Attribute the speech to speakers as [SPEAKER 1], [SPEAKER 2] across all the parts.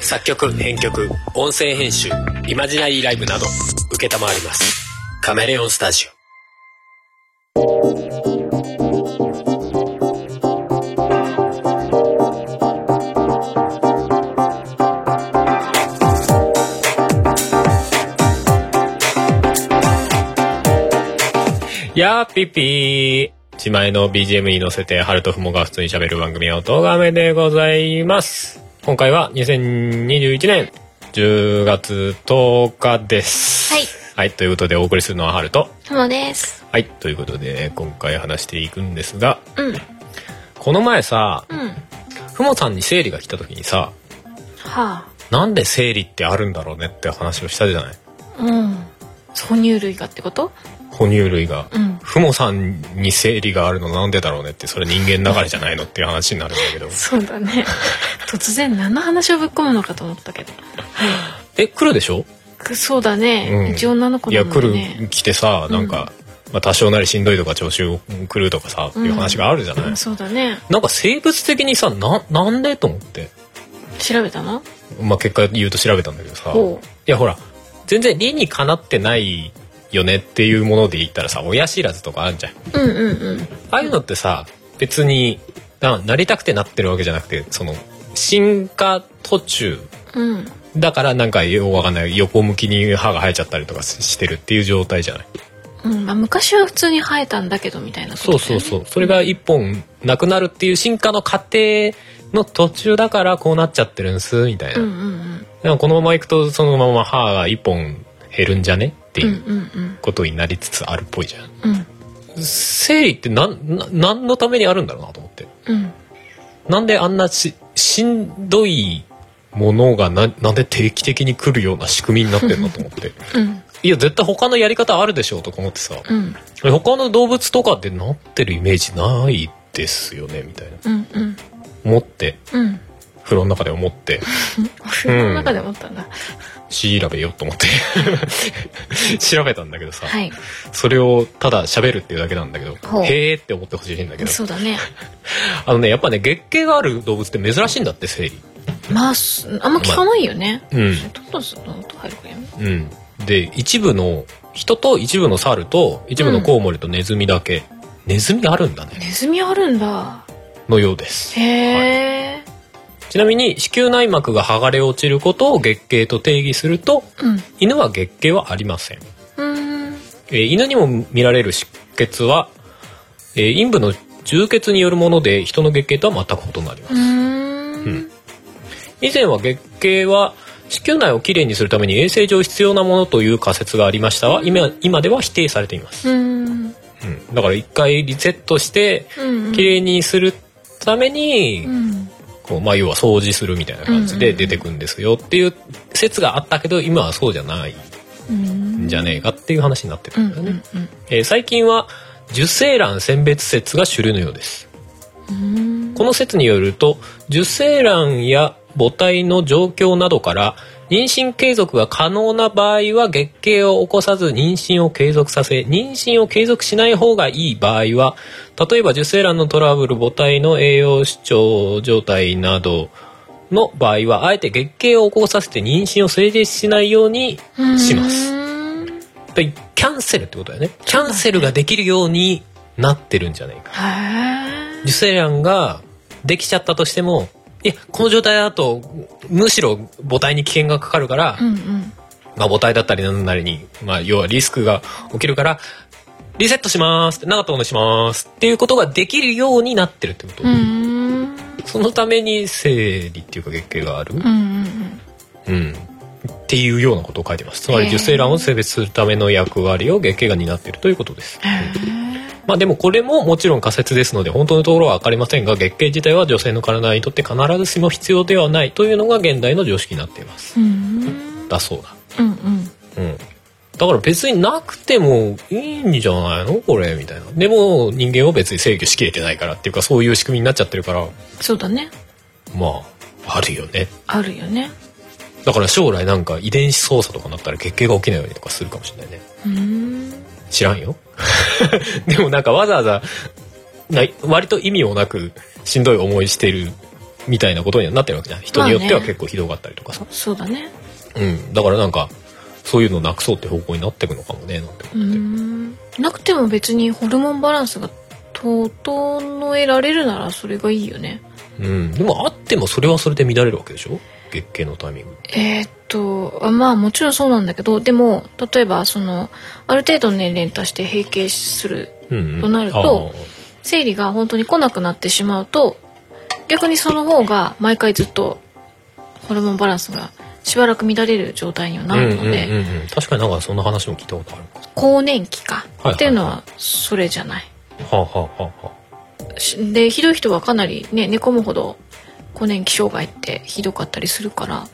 [SPEAKER 1] 作曲編曲音声編集イマジナリーライブなど承りますカメレオンスタジオ
[SPEAKER 2] やっぴっぴー。自前の BGM に乗せて、ハルとふもが普通に喋る番組、音がめでございます。今回は2021年10月10日です。
[SPEAKER 3] はい。
[SPEAKER 2] はい、ということでお送りするのはハルと。
[SPEAKER 3] ふもです。
[SPEAKER 2] はい、ということで、今回話していくんですが、
[SPEAKER 3] うん。
[SPEAKER 2] この前さ、
[SPEAKER 3] うん。は
[SPEAKER 2] ふもさんに生理が来た時にさ、
[SPEAKER 3] あ。
[SPEAKER 2] なんで生理ってあるんだろうねって話をしたじゃない
[SPEAKER 3] うん。哺乳類がってこと
[SPEAKER 2] 哺乳類が。
[SPEAKER 3] うん。
[SPEAKER 2] ふもさんに生理があるのなんでだろうねって、それ人間流れじゃないのっていう話になるんだけど。
[SPEAKER 3] そうだ ね。突然何の話をぶっ込むのかと思ったけど。
[SPEAKER 2] え、来るでしょ
[SPEAKER 3] くそうだね。
[SPEAKER 2] うん
[SPEAKER 3] 一応女の子
[SPEAKER 2] い
[SPEAKER 3] な
[SPEAKER 2] や
[SPEAKER 3] の
[SPEAKER 2] 来
[SPEAKER 3] で
[SPEAKER 2] る
[SPEAKER 3] ね。
[SPEAKER 2] 来てさなんか、まあ、多少なりしんどいとか調子を狂うとかさ、
[SPEAKER 3] うん
[SPEAKER 2] いう話があるじゃない、
[SPEAKER 3] うんそうだね。
[SPEAKER 2] なんか生物的にさななんでと思って、
[SPEAKER 3] 調べたの
[SPEAKER 2] まあ、結果言うと調べたんだけどさい
[SPEAKER 3] ほう
[SPEAKER 2] やほら全然理にかなってないよねっていうもので言ったらさ親知らずとかあるじゃんあ
[SPEAKER 3] うんうんうん。
[SPEAKER 2] あいうのってさ別にななりたくてなってるわけじゃなくてその進化途中
[SPEAKER 3] うん。
[SPEAKER 2] だからなんかよくわかんない横向きに歯が生えちゃったりとかしてるっていう状態じゃない
[SPEAKER 3] うん、まあ昔は普通に生えたんだけどみたいなことだ
[SPEAKER 2] そう
[SPEAKER 3] よね、
[SPEAKER 2] そうそうそれが一本なくなるっていう進化の過程の途中だからこうなっちゃってるんですみたいな、
[SPEAKER 3] うんうん
[SPEAKER 2] でもこのままいくとそのまま歯が一本減るんじゃねって
[SPEAKER 3] うん
[SPEAKER 2] い
[SPEAKER 3] うん
[SPEAKER 2] う
[SPEAKER 3] うん
[SPEAKER 2] ことになりつつあるっぽいじゃん、
[SPEAKER 3] うん
[SPEAKER 2] 生理ってなんな何のためにあるんだろうなと思って
[SPEAKER 3] うん
[SPEAKER 2] なんであんなししんどいものがななんで定期的に来るような仕組みになってんのと思って
[SPEAKER 3] うん
[SPEAKER 2] いや絶対他のやり方あるでしょうとか思ってさ、
[SPEAKER 3] うん
[SPEAKER 2] 他の動物とかってなってるイメージないですよねみたいな
[SPEAKER 3] うんうん
[SPEAKER 2] 思って
[SPEAKER 3] うん
[SPEAKER 2] 風呂の中で思って
[SPEAKER 3] お風呂の中で思ったんだ、
[SPEAKER 2] 調べようと思って 調べたんだけどさ、
[SPEAKER 3] はい
[SPEAKER 2] それをただ喋るっていうだけなんだけど
[SPEAKER 3] ほう
[SPEAKER 2] へえって思ってほしいんだけど
[SPEAKER 3] そうだね
[SPEAKER 2] あのねやっぱね月経がある動物って珍しいんだって生理
[SPEAKER 3] まあすあんま聞かないよね、
[SPEAKER 2] うん
[SPEAKER 3] どんどんどんどん音入るからやめ
[SPEAKER 2] うんで一部の人と一部の猿と一部のコウモリとネズミだけ、ネズミあるんだね
[SPEAKER 3] ネズミあるんだ
[SPEAKER 2] のようです
[SPEAKER 3] へえ、
[SPEAKER 2] ちなみに子宮内膜が剥がれ落ちることを月経と定義すると
[SPEAKER 3] うんう
[SPEAKER 2] 犬は月経はありません、
[SPEAKER 3] ーん
[SPEAKER 2] えー犬にも見られる出血は、えー陰部の充血によるもので人の月経とは全く異なります、
[SPEAKER 3] うーん
[SPEAKER 2] うん以前は月経は子宮内をきれいにするために衛生上必要なものという仮説がありましたが今今では否定されています、
[SPEAKER 3] うん
[SPEAKER 2] うん、だから一回リセットして
[SPEAKER 3] うん
[SPEAKER 2] きれいにするために、
[SPEAKER 3] うん
[SPEAKER 2] こうまあ、要は掃除するみたいな感じ
[SPEAKER 3] うん
[SPEAKER 2] で
[SPEAKER 3] うん
[SPEAKER 2] 出てくんですよっていう説があったけど今はそうじゃない
[SPEAKER 3] うん
[SPEAKER 2] んじゃねえかっていう話になって
[SPEAKER 3] う
[SPEAKER 2] る
[SPEAKER 3] ん
[SPEAKER 2] ん
[SPEAKER 3] う
[SPEAKER 2] だよ
[SPEAKER 3] ん
[SPEAKER 2] ね、えー最近は受精卵選別説が主流のようです
[SPEAKER 3] うん
[SPEAKER 2] この説によると受精卵や母体の状況などから妊娠継続が可能な場合は月経を起こさず妊娠を継続させ妊娠を継続しない方がいい場合は例えば受精卵のトラブル母体の栄養失調状態などの場合はあえて月経を起こさせて妊娠を成立しないように
[SPEAKER 3] うん
[SPEAKER 2] します
[SPEAKER 3] うん
[SPEAKER 2] やっぱりキャンセルってことだよねキャンセルができるようになってるんじゃないか
[SPEAKER 3] へえ
[SPEAKER 2] 受精卵ができちゃったとしてもいやこの状態だとむしろ母体に危険がかかるから、
[SPEAKER 3] うんうん
[SPEAKER 2] まあ、母体だったりなんなりに、まあ、要はリスクが起きるからリセットしますって長友にしますっていうことができるようになってるってこと、
[SPEAKER 3] うん
[SPEAKER 2] そのために生理っていうか月経がある、
[SPEAKER 3] うんうん
[SPEAKER 2] うん、っていうようなことを書いてますつまり
[SPEAKER 3] へー
[SPEAKER 2] 受精卵を性別するための役割を月経が担っているということです、
[SPEAKER 3] へ
[SPEAKER 2] まあでもこれももちろん仮説ですので本当のところは分かりませんが月経自体は女性の体にとって必ずしも必要ではないというのが現代の常識になっています
[SPEAKER 3] えうん
[SPEAKER 2] だそうだ
[SPEAKER 3] うんうん
[SPEAKER 2] うんだから別になくてもいいんじゃないのこれみたいなでも人間は別に制御しきれてないからっていうかそういう仕組みになっちゃってるから
[SPEAKER 3] そうだね
[SPEAKER 2] まああるよね
[SPEAKER 3] あるよね
[SPEAKER 2] だから将来なんか遺伝子操作とかになったら月経が起きないようにとかするかもしれないね
[SPEAKER 3] うん
[SPEAKER 2] 知らんよ でもなんかわざわざない割と意味もなくしんどい思いしてるみたいなことにはなってるわけじゃん人によって
[SPEAKER 3] ま
[SPEAKER 2] は
[SPEAKER 3] あね
[SPEAKER 2] 結構ひどかったりとかさ、
[SPEAKER 3] そうだね
[SPEAKER 2] うん、だからなんかそういうのなくそうって方向になってくのかもねなんて
[SPEAKER 3] う
[SPEAKER 2] 思って、
[SPEAKER 3] んなくても別にホルモンバランスが整えられるならそれがいいよね
[SPEAKER 2] うん、でもあってもそれはそれで乱れるわけでしょ月経のタイミング
[SPEAKER 3] えーっとあまあもちろんそうなんだけどでも例えばそのある程度の年齢に達して閉経する
[SPEAKER 2] うん、うん、
[SPEAKER 3] となると生理が本当に来なくなってしまうと逆にその方が毎回ずっとホルモンバランスがしばらく乱れる状態には
[SPEAKER 2] あ
[SPEAKER 3] な
[SPEAKER 2] ー
[SPEAKER 3] るので、
[SPEAKER 2] うんうんうんうん、確かになんかそんな話も聞いたことあるか
[SPEAKER 3] 更年期か
[SPEAKER 2] はいはい
[SPEAKER 3] っていうのはそれじゃない。
[SPEAKER 2] はあ、はあはあは
[SPEAKER 3] しでひどい人はかなりね寝込むほど更年期障害ってひどかったりするから
[SPEAKER 2] あ、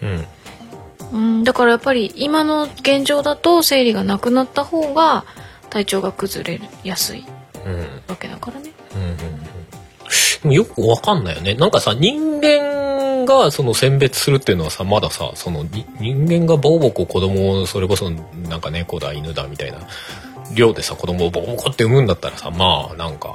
[SPEAKER 2] うん
[SPEAKER 3] うんだからやっぱり今の現状だと生理がなくなった方が体調が崩れやすい
[SPEAKER 2] うん
[SPEAKER 3] わけだからね。
[SPEAKER 2] うんうんうんでもよくわかんないよね。なんかさ、人間がその選別するっていうのはさ、まださ、そのに人間がボーボコ子供をそれこそなんか猫だ犬だみたいな量でさ、子供をボーボコって産むんだったらさ、まあなんか、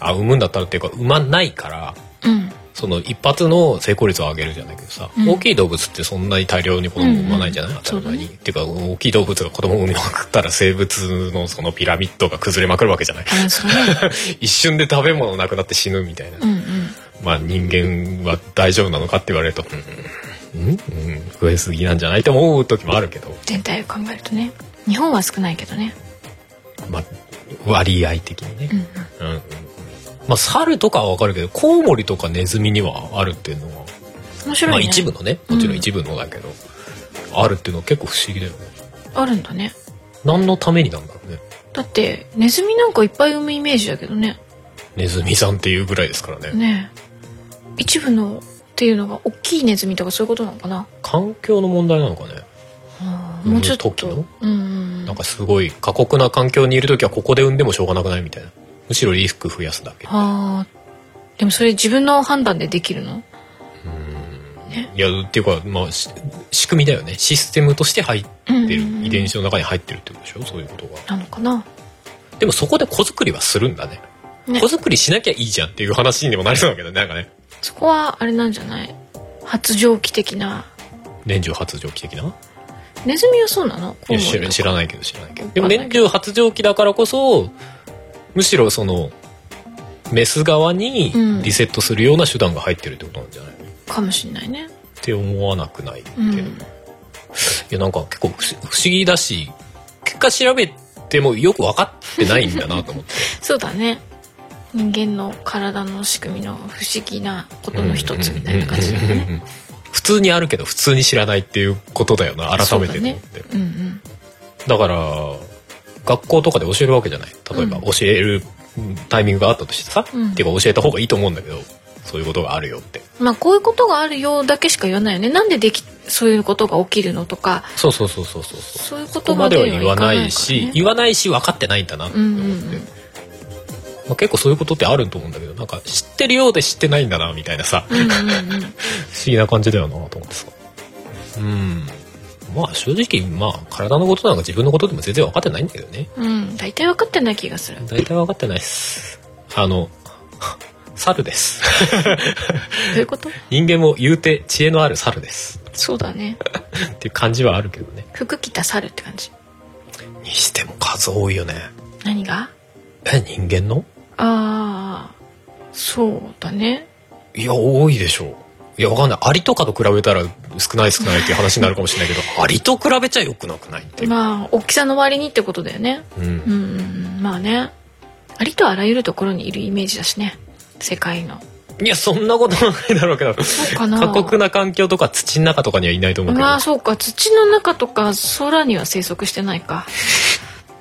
[SPEAKER 2] あ、産むんだったらっていうか産まないから、
[SPEAKER 3] うん
[SPEAKER 2] その一発の成功率を上げるじゃないけどさ、
[SPEAKER 3] うん
[SPEAKER 2] 大きい動物ってそんなに大量に子供を産まないじゃない、
[SPEAKER 3] うんうん
[SPEAKER 2] 当たり前に。
[SPEAKER 3] そうだ
[SPEAKER 2] っていうか大きい動物が子供を産みまくったら生物のそのピラミッドが崩れまくるわけじゃない
[SPEAKER 3] バランスがね。
[SPEAKER 2] 一瞬で食べ物なくなって死ぬみたいな、
[SPEAKER 3] うんうん。
[SPEAKER 2] まあ人間は大丈夫なのかって言われるとうん、うんうん、増えすぎなんじゃないと思う時もあるけど、
[SPEAKER 3] 全体を考えるとね。日本は少ないけどね。
[SPEAKER 2] まあ、割合的に
[SPEAKER 3] う
[SPEAKER 2] ね、
[SPEAKER 3] んうん。
[SPEAKER 2] うんうんうんまあ、猿とかはわかるけどコウモリとかネズミにはあるっていうのは、
[SPEAKER 3] 面白い
[SPEAKER 2] ま
[SPEAKER 3] ね。
[SPEAKER 2] あ、一部のねもちろん一部のだけど、あるっていうのは結構不思議だよね
[SPEAKER 3] あるんだね。
[SPEAKER 2] 何のためになんだろうね
[SPEAKER 3] だってネズミなんかいっぱい産むイメージだけどね。
[SPEAKER 2] ネズミさんっていうぐらいですからね
[SPEAKER 3] ねえ一部のっていうのが大きいネズミとかそういうことなのかな。
[SPEAKER 2] 環境の問題なのかね
[SPEAKER 3] もうちょっと。
[SPEAKER 2] 産む時の
[SPEAKER 3] うんうんう
[SPEAKER 2] なん
[SPEAKER 3] ん。
[SPEAKER 2] かすごい過酷な環境にいる時はここで産んでもしょうがなくないみたいなむしろリスク増やすだけ
[SPEAKER 3] ああ。でもそれ自分の判断でできるの？
[SPEAKER 2] いやっていうか、まあ、し仕組みだよねシステムとして入ってる
[SPEAKER 3] うんうんうん
[SPEAKER 2] 遺伝子の中に入ってるってことでしょそういうことが
[SPEAKER 3] なのかな。
[SPEAKER 2] でもそこで子作りはするんだね
[SPEAKER 3] ね
[SPEAKER 2] 子作りしなきゃいいじゃんっていう話にもなりそうだけどねなんかね
[SPEAKER 3] そこはあれなんじゃない？発情期的な。
[SPEAKER 2] 年中発情期的な
[SPEAKER 3] ネズミはそうなの？
[SPEAKER 2] いや知ら知ら
[SPEAKER 3] い。
[SPEAKER 2] ないけど知らないけどでも年中発情期だからこそむしろそのメス側に
[SPEAKER 3] うん
[SPEAKER 2] リセットするような手段が入ってるってことなんじゃない、っ
[SPEAKER 3] かもしれないね。
[SPEAKER 2] て思わなくないけど、
[SPEAKER 3] うん。
[SPEAKER 2] いやなんか結構不思不思議だし結果調べてもよく分かってないんだなと思って
[SPEAKER 3] そうだね。人間の体の仕組みの不思議な ことの一つみたいな感じだ
[SPEAKER 2] うんうんうんうん
[SPEAKER 3] ね。
[SPEAKER 2] うん普通にあるけど普通に知らないっていうことだよな改めてと思ってだ,、
[SPEAKER 3] うんうん。
[SPEAKER 2] から学校とかで教えるわけじゃない例えば
[SPEAKER 3] うん
[SPEAKER 2] 教えるうんタイミングがあったとしてさ、
[SPEAKER 3] うん
[SPEAKER 2] っていうか教えた方がいいと思うんだけどそういうことがあるよって
[SPEAKER 3] まあこういうことがあるようだけしか言わないよね。なんでできそういうことが起きるのとか、
[SPEAKER 2] そうそうそうそうそうそう
[SPEAKER 3] そういうこ
[SPEAKER 2] そことま
[SPEAKER 3] ま
[SPEAKER 2] で
[SPEAKER 3] で
[SPEAKER 2] は
[SPEAKER 3] は
[SPEAKER 2] 言
[SPEAKER 3] 言
[SPEAKER 2] わ
[SPEAKER 3] わ
[SPEAKER 2] な
[SPEAKER 3] ないい
[SPEAKER 2] し、
[SPEAKER 3] し、
[SPEAKER 2] 言わないし分かってないんだなって思って、
[SPEAKER 3] うんうんうん
[SPEAKER 2] まあ、結構そういうことってあると思うんだけどなんか知ってるようで知ってないんだなみたいなさ、
[SPEAKER 3] うんうんうん
[SPEAKER 2] 不思議な感じだよなと思ってさうんまあ正直まあ体のことなんか自分のことでも全然分かってないんだけどね
[SPEAKER 3] うん、大体分かってない気がする。
[SPEAKER 2] 大体分かってないっすあの 猿です
[SPEAKER 3] どういうこと？
[SPEAKER 2] 人間も言うて知恵のある猿です
[SPEAKER 3] そうだね。
[SPEAKER 2] っていう感じはあるけどね
[SPEAKER 3] 服着た猿って感じ。
[SPEAKER 2] にしても数多いよね
[SPEAKER 3] 何が？
[SPEAKER 2] え人間の
[SPEAKER 3] ああ、そうだね。
[SPEAKER 2] いや多いでしょういやわかんないアリとかと比べたら少ない少ないっていう話になるかもしれないけどアリと比べちゃよくなくないっていう、
[SPEAKER 3] まあ大きさの割にってことだよね。
[SPEAKER 2] うん
[SPEAKER 3] うんうんうん、まあね。ありとあらゆるところにいるイメージだしね。世界の。
[SPEAKER 2] いやそんなことはないだろうけど
[SPEAKER 3] そうかな。
[SPEAKER 2] 過酷な環境とか土の中とかにはいないと思うけど、
[SPEAKER 3] まあそうか土の中とか空には生息してないか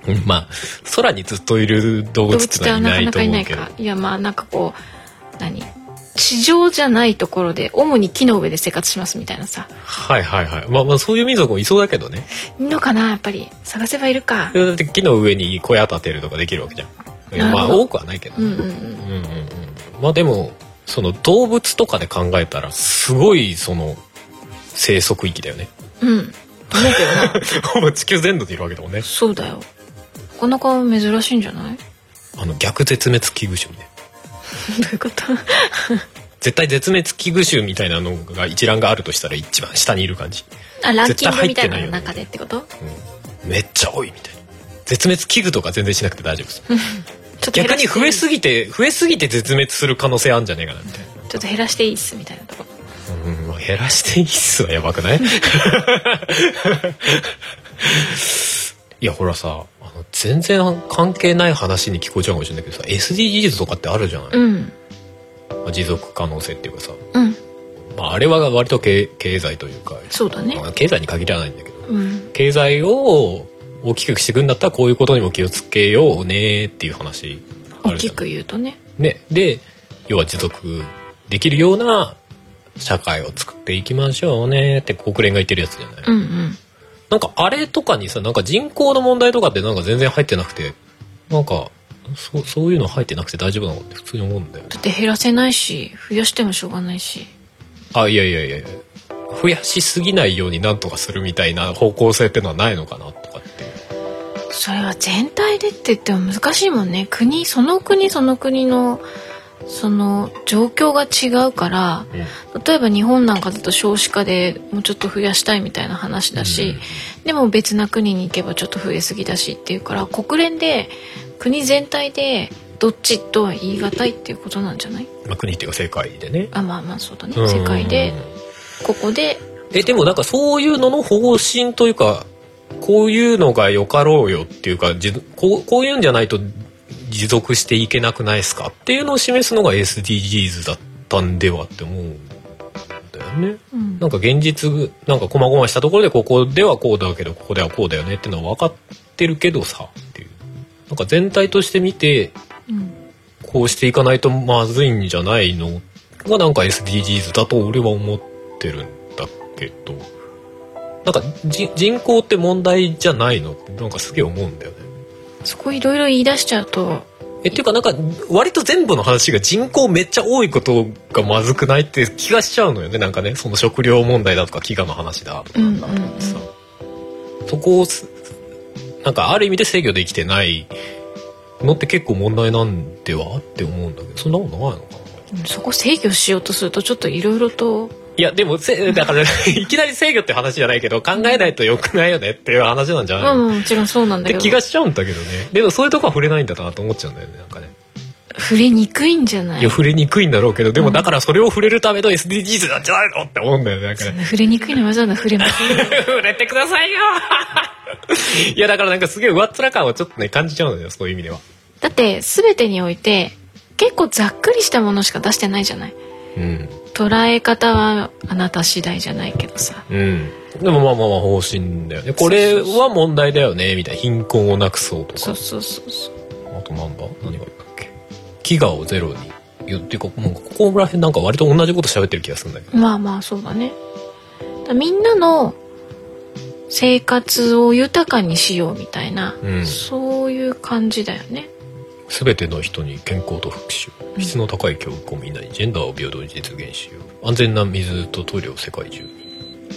[SPEAKER 2] うんまあ空にずっといる動
[SPEAKER 3] 動
[SPEAKER 2] 物って
[SPEAKER 3] 物で
[SPEAKER 2] のは
[SPEAKER 3] はい
[SPEAKER 2] な
[SPEAKER 3] なか
[SPEAKER 2] い
[SPEAKER 3] な
[SPEAKER 2] と
[SPEAKER 3] かい
[SPEAKER 2] 思
[SPEAKER 3] な
[SPEAKER 2] うけ
[SPEAKER 3] い
[SPEAKER 2] ど
[SPEAKER 3] かいやまあなんかこう何地上じゃないところで主に木の上で生活しますみたいなさ
[SPEAKER 2] はいはいはいまあまあそういう民族もいそうだけどね
[SPEAKER 3] いいのかなやっぱり探せばいるか
[SPEAKER 2] だって木の上に小屋建てるとかできるわけじゃんいやま
[SPEAKER 3] な
[SPEAKER 2] あ
[SPEAKER 3] るほど
[SPEAKER 2] 多くはないけど
[SPEAKER 3] う
[SPEAKER 2] ね、
[SPEAKER 3] んうんうん
[SPEAKER 2] うんうんうんまあでもその動物とかで考えたらすごいその生息域だよね
[SPEAKER 3] うん
[SPEAKER 2] ほぼ地球全土でいるわけだもんね
[SPEAKER 3] そうだよなかなか珍しいんじゃないど
[SPEAKER 2] あの逆絶滅危惧種ね
[SPEAKER 3] ういうこと
[SPEAKER 2] 絶対絶滅危惧種みたいなのが一覧があるとしたら一番下にいる感じ、
[SPEAKER 3] あランキングみたい
[SPEAKER 2] 絶対入ってな
[SPEAKER 3] ない
[SPEAKER 2] よ
[SPEAKER 3] の
[SPEAKER 2] ね
[SPEAKER 3] 中でってこと
[SPEAKER 2] うん、めっちゃ多いみたいな絶滅危惧とか全然しなくて大丈夫です
[SPEAKER 3] ちょっと減
[SPEAKER 2] 逆
[SPEAKER 3] らして
[SPEAKER 2] に増えすぎて増えすぎて絶滅する可能性あるんじゃねえかなみたいな
[SPEAKER 3] ちょっと減らしていいっすみたいなとこ
[SPEAKER 2] うん、まあ減らしていいっすはやばく ないいやほらさあの全然関係ない話に聞こえちゃうかもしれないけどさ SDGs とかってあるじゃない、
[SPEAKER 3] うん
[SPEAKER 2] まあ持続可能性っていうかさ、
[SPEAKER 3] うん
[SPEAKER 2] まあ、あれは割と経経済というか
[SPEAKER 3] そうだね
[SPEAKER 2] まあ経済に限らないんだけど
[SPEAKER 3] うん
[SPEAKER 2] 経済を大きくしていくんだったらこういうことにも気をつけようねっていう話あ
[SPEAKER 3] 大
[SPEAKER 2] るじゃ
[SPEAKER 3] き
[SPEAKER 2] ん
[SPEAKER 3] く言うとね
[SPEAKER 2] ね、で要は持続できるような社会を作っていきましょうねって国連が言ってるやつじゃない、
[SPEAKER 3] うんうん
[SPEAKER 2] なんかあれとかにさなんか人口の問題とかってなんか全然入ってなくてなんかそそういうの入ってなくて大丈夫なのって普通に思うんだよね
[SPEAKER 3] だって減らせないし増やしてもしょうがないし
[SPEAKER 2] あいやいやいやいや増やしすぎないようになんとかするみたいな方向性ってのはないのかなとかっていう
[SPEAKER 3] それは全体でって言っても難しいもんね国その国その国のその状況が違うから
[SPEAKER 2] うん
[SPEAKER 3] 例えば日本なんかだと少子化でもうちょっと増やしたいみたいな話だし、でも別な国に行けばちょっと増えすぎだしっていうから国連で国全体でどっちとは言い難いっていうことなんじゃない
[SPEAKER 2] まあ、国っていうか世界でね
[SPEAKER 3] あまあまあそうだね世界で
[SPEAKER 2] うん
[SPEAKER 3] ここで
[SPEAKER 2] えでもなんかそういうのの方針というかこういうのがよかろうよっていうかじこうこういうんじゃないと持続していけなくないですかっていうのを示すのが SDGs だったんではって思うんだよね。
[SPEAKER 3] うん
[SPEAKER 2] なんか現実なんか細々したところでここではこうだけどここではこうだよねっていうのは分かってるけどさっていうなんか全体として見て
[SPEAKER 3] うん
[SPEAKER 2] こうしていかないとまずいんじゃないのがなんか SDGs だと俺は思ってるんだけどなんかじ人口って問題じゃないのってなんかすげえ思うんだよね。
[SPEAKER 3] そこいろいろ言い出しちゃうと
[SPEAKER 2] えっていうかなんか割と全部の話が人口めっちゃ多いことがまずくないって気がしちゃうのよねなんかねその食料問題だとか飢餓の話だとかなんだとかってさ、
[SPEAKER 3] うん
[SPEAKER 2] そこをすなんかある意味で制御できてないのって結構問題なんではって思うんだけどそんなことないのかな
[SPEAKER 3] うんそこ制御しようとするとちょっといろいろと
[SPEAKER 2] いや、でも、せ、だ から、いきなり制御って話じゃないけど、考えないと良くないよねっていう話なんじゃ
[SPEAKER 3] ま
[SPEAKER 2] ない
[SPEAKER 3] あ
[SPEAKER 2] の、
[SPEAKER 3] まあもちろんそうなん
[SPEAKER 2] っ
[SPEAKER 3] だけ
[SPEAKER 2] て
[SPEAKER 3] ど
[SPEAKER 2] 気がしちゃうんだけどね。でも、そういうとこは触れないんだなと思っちゃうんだよね、なんかね。
[SPEAKER 3] 触れにくいんじゃない
[SPEAKER 2] いや、触れにくいんだろうけど、でも、だからそれを触れるための SDGs なんじゃないのって思うんだよね、なんかね。
[SPEAKER 3] 触れにくいのはわざわざ触れません
[SPEAKER 2] 触れてくださいよ いや、だからなんかすげえ上っ面感はちょっとね、感じちゃうんだよ、そういう意味では。
[SPEAKER 3] だって全てにおいて結構ざっくりしたものしか出してないじゃない
[SPEAKER 2] うん。
[SPEAKER 3] 捉え方はあなた次第じゃないけどさ
[SPEAKER 2] うん。でもまあまあまあ方針だよね。これは問題だよね、みたいな。貧困をなくそうとか。
[SPEAKER 3] そうそうそうそう
[SPEAKER 2] あとなんだ何が言ったっけ飢餓をゼロにいやっていうかもうここら辺なんか割と同じこと喋ってる気がするんだけど
[SPEAKER 3] まあまあそうだねだみんなの生活を豊かにしようみたいな、
[SPEAKER 2] うん
[SPEAKER 3] そういう感じだよね
[SPEAKER 2] 全ての人に健康と福祉を質の高い教育をみんなにジェンダーを平等に実現しよう安全な水とトイレを世界中に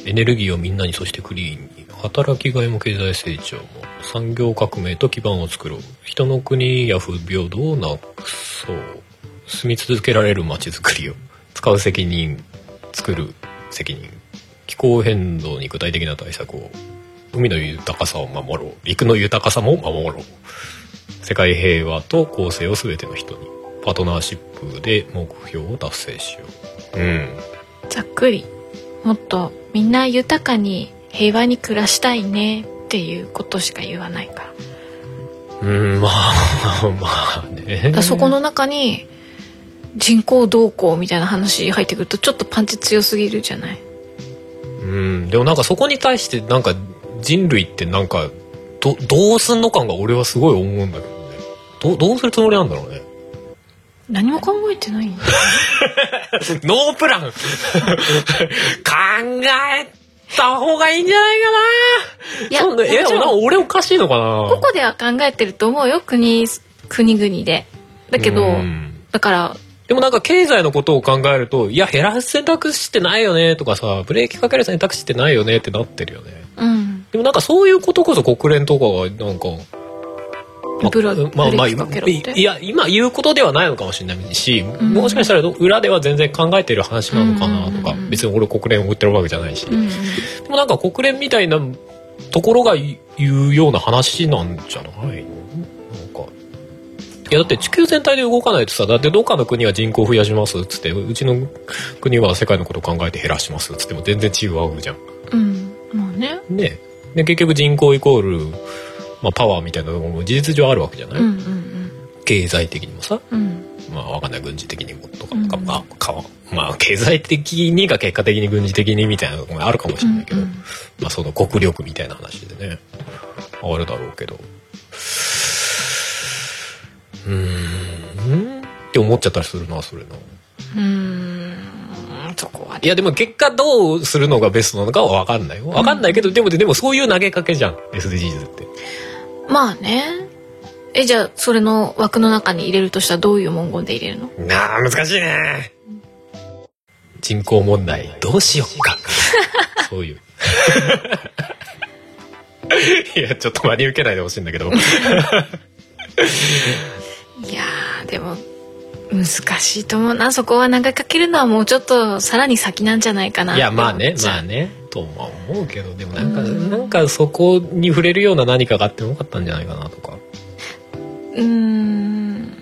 [SPEAKER 2] エネルギーをみんなにそしてクリーンに働きがいも経済成長も産業革命と基盤を作ろう人の国や不平等をなくそう住み続けられる街づくりを使う責任作る責任気候変動に具体的な対策を海の豊かさを守ろう陸の豊かさも守ろう世界平和と公正を全ての人にパートナーシップで目標を達成しよううん
[SPEAKER 3] ざっくりもっとみんな豊かに平和に暮らしたいねっていうことしか言わないから
[SPEAKER 2] うんまあ まあね
[SPEAKER 3] だからそこの中に人口動向みたいな話入ってくるとちょっとパンチ強すぎるじゃない
[SPEAKER 2] うんでもなんかそこに対してなんか人類ってなんかどどうすんの感が俺はすごい思うんだけどねどどうするつもりなんだろうね
[SPEAKER 3] 何も考えてないんだ
[SPEAKER 2] ノープラン 考えた方がいいんじゃないかない
[SPEAKER 3] や
[SPEAKER 2] そんなえ
[SPEAKER 3] もちろん
[SPEAKER 2] な俺おかしいのかな
[SPEAKER 3] ここでは考えてると思うよ国国々でだけど
[SPEAKER 2] うん
[SPEAKER 3] だから
[SPEAKER 2] でもなんか経済のことを考えると、いや、減らす選択肢ってないよねとかさ、ブレーキかける選択肢ってないよねってなってるよね。
[SPEAKER 3] うん
[SPEAKER 2] でもなんかそういうことこそ国連とかがなんか、まあ
[SPEAKER 3] ブラ
[SPEAKER 2] まあ
[SPEAKER 3] ブレ
[SPEAKER 2] まあ
[SPEAKER 3] ーキかけろって
[SPEAKER 2] いいや今言うことではないのかもしれないし、
[SPEAKER 3] ん
[SPEAKER 2] もしかしたら裏では全然考えてる話なのかなとか、
[SPEAKER 3] うんうんうん
[SPEAKER 2] 別に俺国連を売ってるわけじゃないし、
[SPEAKER 3] うんうん
[SPEAKER 2] でもなんか国連みたいなところが言うような話なんじゃないのなんかいやだって地球全体で動かないとさだってどっかの国は人口増やしますっつってうちの国は世界のこと考えて減らしますっつっても全然違うじゃん。
[SPEAKER 3] うんまあね
[SPEAKER 2] ねで結局人口イコール、まあ、パワーみたいなのも事実上あるわけじゃな
[SPEAKER 3] う
[SPEAKER 2] い、
[SPEAKER 3] んうん
[SPEAKER 2] 経済的にもさ、
[SPEAKER 3] うんうん
[SPEAKER 2] まあ、わかんない軍事的にもとか,、
[SPEAKER 3] うん
[SPEAKER 2] まあ、かわまあ経済的にが結果的に軍事的にみたいなのもあるかもしれないけど、
[SPEAKER 3] うんうん
[SPEAKER 2] まあ、その国力みたいな話でねあるだろうけどうーんって思っちゃったりするなそれな。
[SPEAKER 3] うーんそこはい
[SPEAKER 2] やでも結果どうするのがベストなのかは分かんないよ分かんないけど、でもでもそういう投げかけじゃん SDGs って。
[SPEAKER 3] まあねえじゃあそれの枠の中に入れるとしたらどういう文言で入れるの
[SPEAKER 2] なあ難しいね人口問題どうしよっかそう いういやちょっと真に受けないでほしいんだけど
[SPEAKER 3] いやーでも難しいと思うなそこは投げかけるのはもうちょっとさらに先なんじゃないかないい
[SPEAKER 2] やまあねまあねとは思うけどでもなんかなんかそこに触れるような何かがあってもよかったんじゃないかなとか
[SPEAKER 3] うーん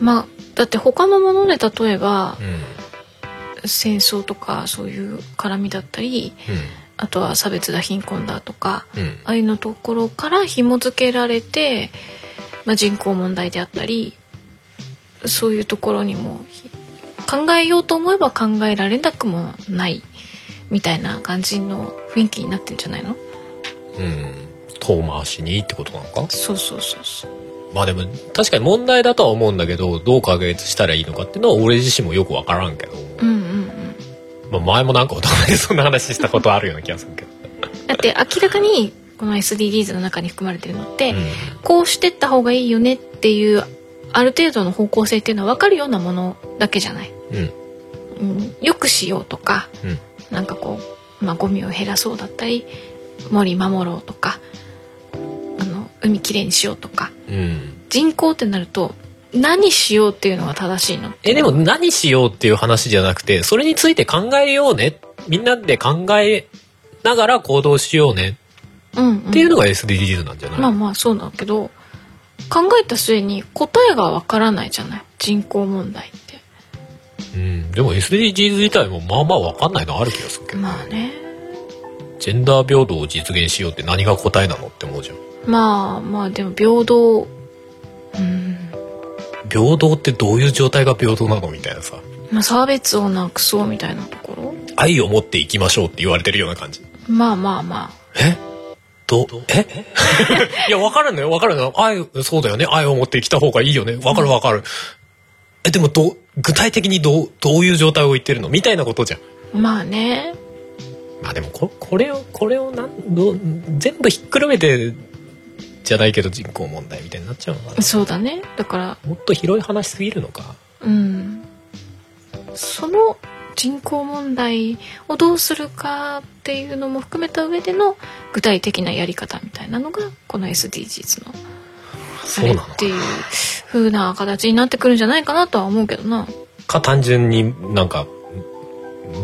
[SPEAKER 3] まあだって他のもので例えば
[SPEAKER 2] うん
[SPEAKER 3] 戦争とかそういう絡みだったりあとは差別だ貧困だとか
[SPEAKER 2] うんうん
[SPEAKER 3] ああいうのところから紐付けられて、まあ、人口問題であったりそういうところにもひ考えようと思えば考えられなくもないみたいな感じの雰囲気になってんじゃないの
[SPEAKER 2] うん遠回しにってことなのか
[SPEAKER 3] そうそうそうそう。
[SPEAKER 2] まあでも確かに問題だとは思うんだけどどう解決したらいいのかっていうのは俺自身もよく分からんけど、
[SPEAKER 3] うんうんうん。
[SPEAKER 2] まあ、前もなんかお互いでそんな話したことあるような気がするけど。
[SPEAKER 3] だって明らかにこの SDGs の中に含まれてるのって、
[SPEAKER 2] うん
[SPEAKER 3] こうしてった方がいいよねっていうある程度の方向性っていうのは分かるようなものだけじゃない。
[SPEAKER 2] うん
[SPEAKER 3] うん、よくしようとか
[SPEAKER 2] うん
[SPEAKER 3] なんかこう、まあ、ゴミを減らそうだったり森守ろうとかあの海きれいにしようとか
[SPEAKER 2] うん
[SPEAKER 3] 人口ってなると何しようっていうのが正しいの
[SPEAKER 2] えでも何しようっていう話じゃなくてそれについて考えようねみんなで考えながら行動しようね
[SPEAKER 3] うん、うん、
[SPEAKER 2] っていうのが SDGs なんじゃない、
[SPEAKER 3] まあまあそうなんだけど考えた末に答えがわからないじゃない人口問題っ
[SPEAKER 2] うん、でも SDGs 自体もまあまあ分かんないのある気がするけ
[SPEAKER 3] て
[SPEAKER 2] ど、
[SPEAKER 3] まあね
[SPEAKER 2] ジェンダー平等を実現しようって何が答えなのって思うじゃん
[SPEAKER 3] まあまあでも平等うん
[SPEAKER 2] 平等ってどういう状態が平等なのみたいなさ
[SPEAKER 3] まあ差別をなくそうみたいなところ
[SPEAKER 2] 愛を持っていきましょうって言われてるような感じ
[SPEAKER 3] まあまあまあ
[SPEAKER 2] えど、え いや、わかるのよ、わかるのよ。愛、そうだよね。愛を持って生きた方がいいよね。わかるわかる。え、でも、ど、具体的にどう、どういう状態を言ってるのみたいなことじゃん。
[SPEAKER 3] まあね
[SPEAKER 2] まあでもこ、これを、これをなん、どう、全部ひっくるめて、じゃないけど人口問題みたいになっちゃうのかな。
[SPEAKER 3] そうだねだから
[SPEAKER 2] もっと広い話すぎるのか。
[SPEAKER 3] うんその人口問題をどうするかっていうのも含めた上での具体的なやり方みたいなのがこの SDGs のあ
[SPEAKER 2] そう
[SPEAKER 3] れ
[SPEAKER 2] な
[SPEAKER 3] っ
[SPEAKER 2] のか
[SPEAKER 3] ていう風な形になってくるんじゃないかなとは思うけどな。
[SPEAKER 2] か、単純になんか、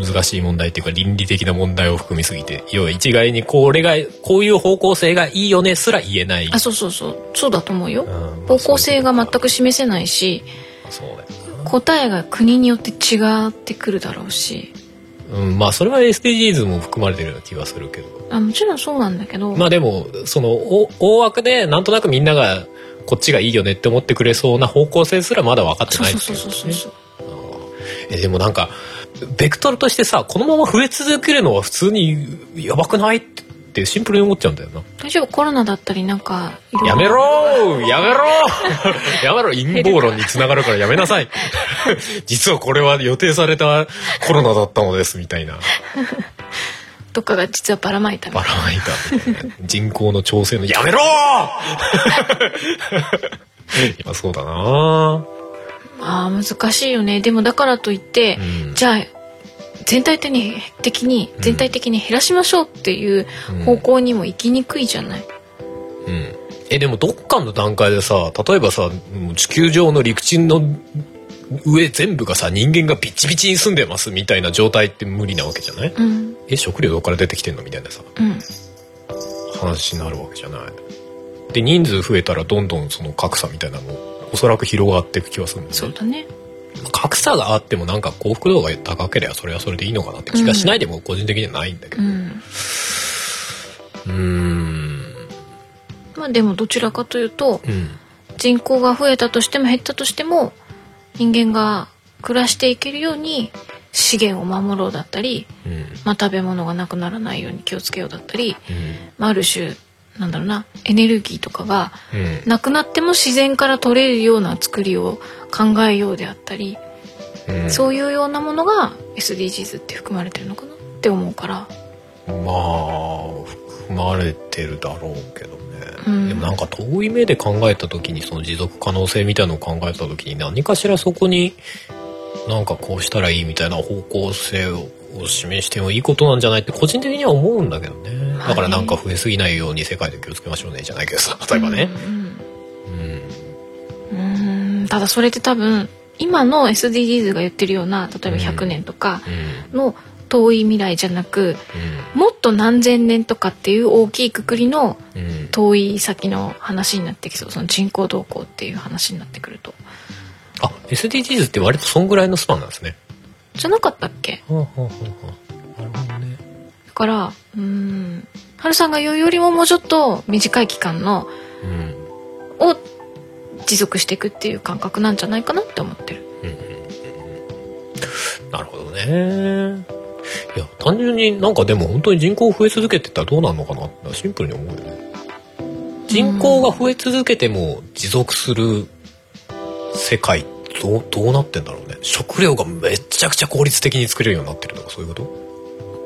[SPEAKER 2] 難しい問題っていうか倫理的な問題を含みすぎて要は一概にこれがこういう方向性がいいよねすら言えない
[SPEAKER 3] あそうそうそうそうだと思うよ。
[SPEAKER 2] うん
[SPEAKER 3] 方向性が全く示せないし
[SPEAKER 2] そうだよ
[SPEAKER 3] 答えが国によって違ってくるだろうし
[SPEAKER 2] な、うん、まあそれは SDGs も含まれてるような気はするけど
[SPEAKER 3] あもちろんそうなんだけど、
[SPEAKER 2] まあでもそのお大枠でなんとなくみんながこっちがいいよねって思ってくれそうな方向性すらまだ分かって
[SPEAKER 3] そう
[SPEAKER 2] ない
[SPEAKER 3] そ
[SPEAKER 2] で
[SPEAKER 3] う
[SPEAKER 2] す
[SPEAKER 3] そう
[SPEAKER 2] よ
[SPEAKER 3] そうそうそう。
[SPEAKER 2] えでもなんかベクトルとしてさこのまま増え続けるのは普通にやばくないってシンプルに思っちゃうんだよな。
[SPEAKER 3] 大丈夫コロナだったりなんかいろいろ
[SPEAKER 2] やめろー やめろーやめろ陰謀論につながるからやめなさ い実はこれは予定されたコロナだったのですみたいな。
[SPEAKER 3] とかが実はばらまいたみた
[SPEAKER 2] ば
[SPEAKER 3] い
[SPEAKER 2] らまいたみたいな人口の調整のやめろーいやそうだな
[SPEAKER 3] なあー難しいよねでもだからといって、
[SPEAKER 2] うん
[SPEAKER 3] じゃあ全体的に的に全体的に減らしましょうっていう方向にも行きにくいじゃない、
[SPEAKER 2] うんえでもどっかの段階でさ例えばさもう地球上の陸地の上全部がさ人間がビッチビチに住んでますみたいな状態って無理なわけじゃない
[SPEAKER 3] うん
[SPEAKER 2] え食料どっから出てきてんのみたいなさ
[SPEAKER 3] うん
[SPEAKER 2] 話になるわけじゃないで人数増えたらどんどんその格差みたいなのもおそらく広がっていく気はするんです
[SPEAKER 3] そ
[SPEAKER 2] よ
[SPEAKER 3] うだね
[SPEAKER 2] 格差があってもなんか幸福度が高ければそれはそれでいいのかなって気がしないでも個人的にはないんだけ
[SPEAKER 3] う
[SPEAKER 2] ど
[SPEAKER 3] ん
[SPEAKER 2] うーん
[SPEAKER 3] まあでもどちらかというと
[SPEAKER 2] うん
[SPEAKER 3] 人口が増えたとしても減ったとしても人間が暮らしていけるように資源を守ろうだったり、
[SPEAKER 2] うんうん
[SPEAKER 3] まあ、食べ物がなくならないように気をつけようだったり、まあ、ある種なんだろうなエネルギーとかが
[SPEAKER 2] うん
[SPEAKER 3] なくなっても自然から取れるような作りを考えようであったり、
[SPEAKER 2] うん
[SPEAKER 3] そういうようなものが SDGs って含まれてるのかなって思うから
[SPEAKER 2] まあ含まれてるだろうけどね、
[SPEAKER 3] うん
[SPEAKER 2] でもなんか遠い目で考えた時にその持続可能性みたいのを考えた時に何かしらそこになんかこうしたらいいみたいな方向性を示してもいいことなんじゃないって個人的には思うんだけどね
[SPEAKER 3] まあね
[SPEAKER 2] だからなんか増えすぎないように世界で気をつけましょうねじゃないけどさ例えばねうん
[SPEAKER 3] うんうんただそれって多分今の SDGs が言ってるような例えば100年とか
[SPEAKER 2] うん
[SPEAKER 3] の遠い未来じゃなくもっと何千年とかっていう大きいくくりの
[SPEAKER 2] うんうん
[SPEAKER 3] 遠い先の話になってきそうその人口動向っていう話になってくると
[SPEAKER 2] あ SDGs って割とそんぐらいのスパンなんですね
[SPEAKER 3] じゃなかったっけ
[SPEAKER 2] はあはあはあはあなるほどね
[SPEAKER 3] だからうーん春さんが言うよりももうちょっと短い期間の
[SPEAKER 2] うん
[SPEAKER 3] を持続していくっていう感覚なんじゃないかなって思ってる。
[SPEAKER 2] なるほどね。いや、単純になんかでも本当に人口増え続けてったらどうなるのかなってシンプルに思うよね。人口が増え続けても持続する世界どうどうなってんだろうね。食料がめっちゃくちゃ効率的に作れるようになってるとかそういうこ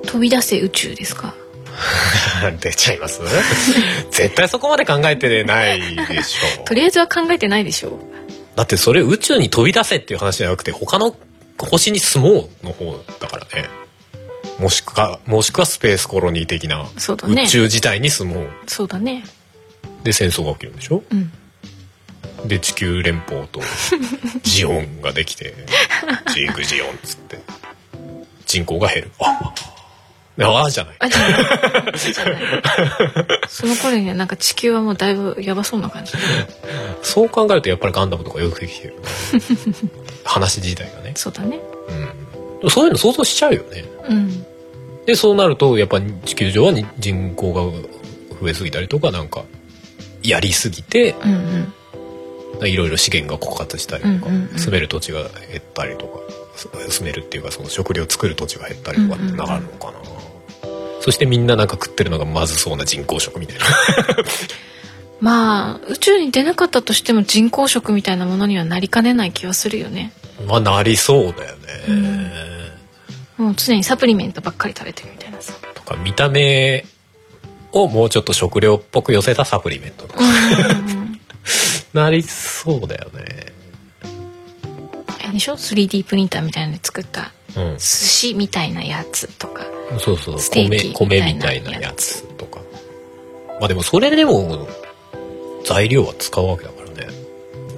[SPEAKER 2] と
[SPEAKER 3] 飛び出せ宇宙ですか。
[SPEAKER 2] 出ちゃいます 絶対そこまで考えてないでしょ
[SPEAKER 3] とりあえずは考えてないでしょ
[SPEAKER 2] だってそれ宇宙に飛び出せっていう話じゃなくて他の星に住もうの方だからねもしくはもしくはスペースコロニー的な
[SPEAKER 3] そうだね
[SPEAKER 2] 宇宙自体に住もう
[SPEAKER 3] そうだね。
[SPEAKER 2] で戦争が起きるんでしょ
[SPEAKER 3] うん。
[SPEAKER 2] で地球連邦 とジオンができてジークジオンっつって人口が減るあああじゃない
[SPEAKER 3] あじゃない。じゃない。 その頃にはなんか地球はもうだいぶやばそうな感じ。
[SPEAKER 2] そう考えるとやっぱりガンダムとかよくできて る話自体がね、
[SPEAKER 3] そうだね。
[SPEAKER 2] うん、そういうの想像しちゃうよね
[SPEAKER 3] うん。
[SPEAKER 2] でそうなるとやっぱ地球上はに人口が増えすぎたりとかなんかやりすぎて
[SPEAKER 3] うんうん。
[SPEAKER 2] いろいろ資源が枯渇したりとか、
[SPEAKER 3] うんうんうん
[SPEAKER 2] 住める土地が減ったりとかす住めるっていうかその食料作る土地が減ったりとかってなるのかな、そしてみんななんか食ってるのがまずそうな人工食みたいな
[SPEAKER 3] まあ宇宙に出なかったとしても人工食みたいなものにはなりかねない気はするよね。
[SPEAKER 2] まあなりそうだよね、
[SPEAKER 3] うんもう常にサプリメントばっかり食べてるみたいなさ。
[SPEAKER 2] とか見た目をもうちょっと食料っぽく寄せたサプリメントとか、なりそうだよね
[SPEAKER 3] あれでしょ 3D プリンターみたいなので作った
[SPEAKER 2] うん
[SPEAKER 3] 寿司みたいなやつとか
[SPEAKER 2] そうそう
[SPEAKER 3] ステー
[SPEAKER 2] 米
[SPEAKER 3] キ
[SPEAKER 2] 米み
[SPEAKER 3] み
[SPEAKER 2] た
[SPEAKER 3] た
[SPEAKER 2] い
[SPEAKER 3] い
[SPEAKER 2] な
[SPEAKER 3] な
[SPEAKER 2] や
[SPEAKER 3] や
[SPEAKER 2] つとかまあでもそれでも材料は使うわけだからね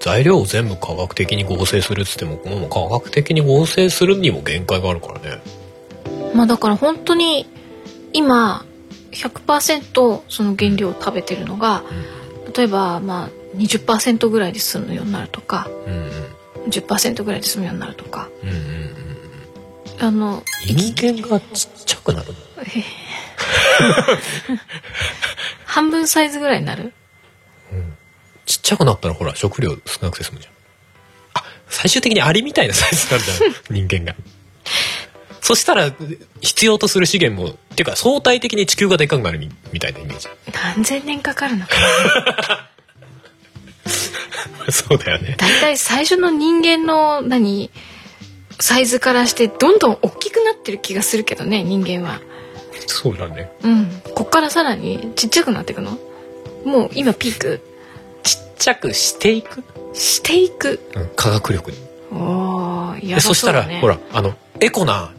[SPEAKER 2] 材料を全部科学的に合成するっつってももう科学的に合成するにも限界があるからね
[SPEAKER 3] まあだから本当に今100%その原料を食べてるのが例えばまあ20%ぐらいで済むようになるとか
[SPEAKER 2] うんうん
[SPEAKER 3] 10%ぐらいで済むようになるとか
[SPEAKER 2] うんうんうん
[SPEAKER 3] あの
[SPEAKER 2] 人間がちっちゃくなる
[SPEAKER 3] 半分サイズぐらいになる
[SPEAKER 2] ちっちゃくなったらほら食料少なくて済むじゃんあ最終的にアリみたいなサイズになる じゃん人間がそしたら必要とする資源もっていうか相対的に地球がでかくなるみみたいなイメージ
[SPEAKER 3] 何千年かかるのか
[SPEAKER 2] そうだよね。
[SPEAKER 3] だいたい最初の人間の何サイズからしてどんどん大きくなってる気がするけどね人間は。
[SPEAKER 2] そうだね。
[SPEAKER 3] うん、こっからさらにちっちゃくなっていくのもう今ピーク
[SPEAKER 2] ちっちゃくしていく。
[SPEAKER 3] していく
[SPEAKER 2] うん、科学力で。
[SPEAKER 3] おーや
[SPEAKER 2] で
[SPEAKER 3] ば
[SPEAKER 2] そした
[SPEAKER 3] うだ
[SPEAKER 2] ら、
[SPEAKER 3] ね
[SPEAKER 2] ほら、あの、エコな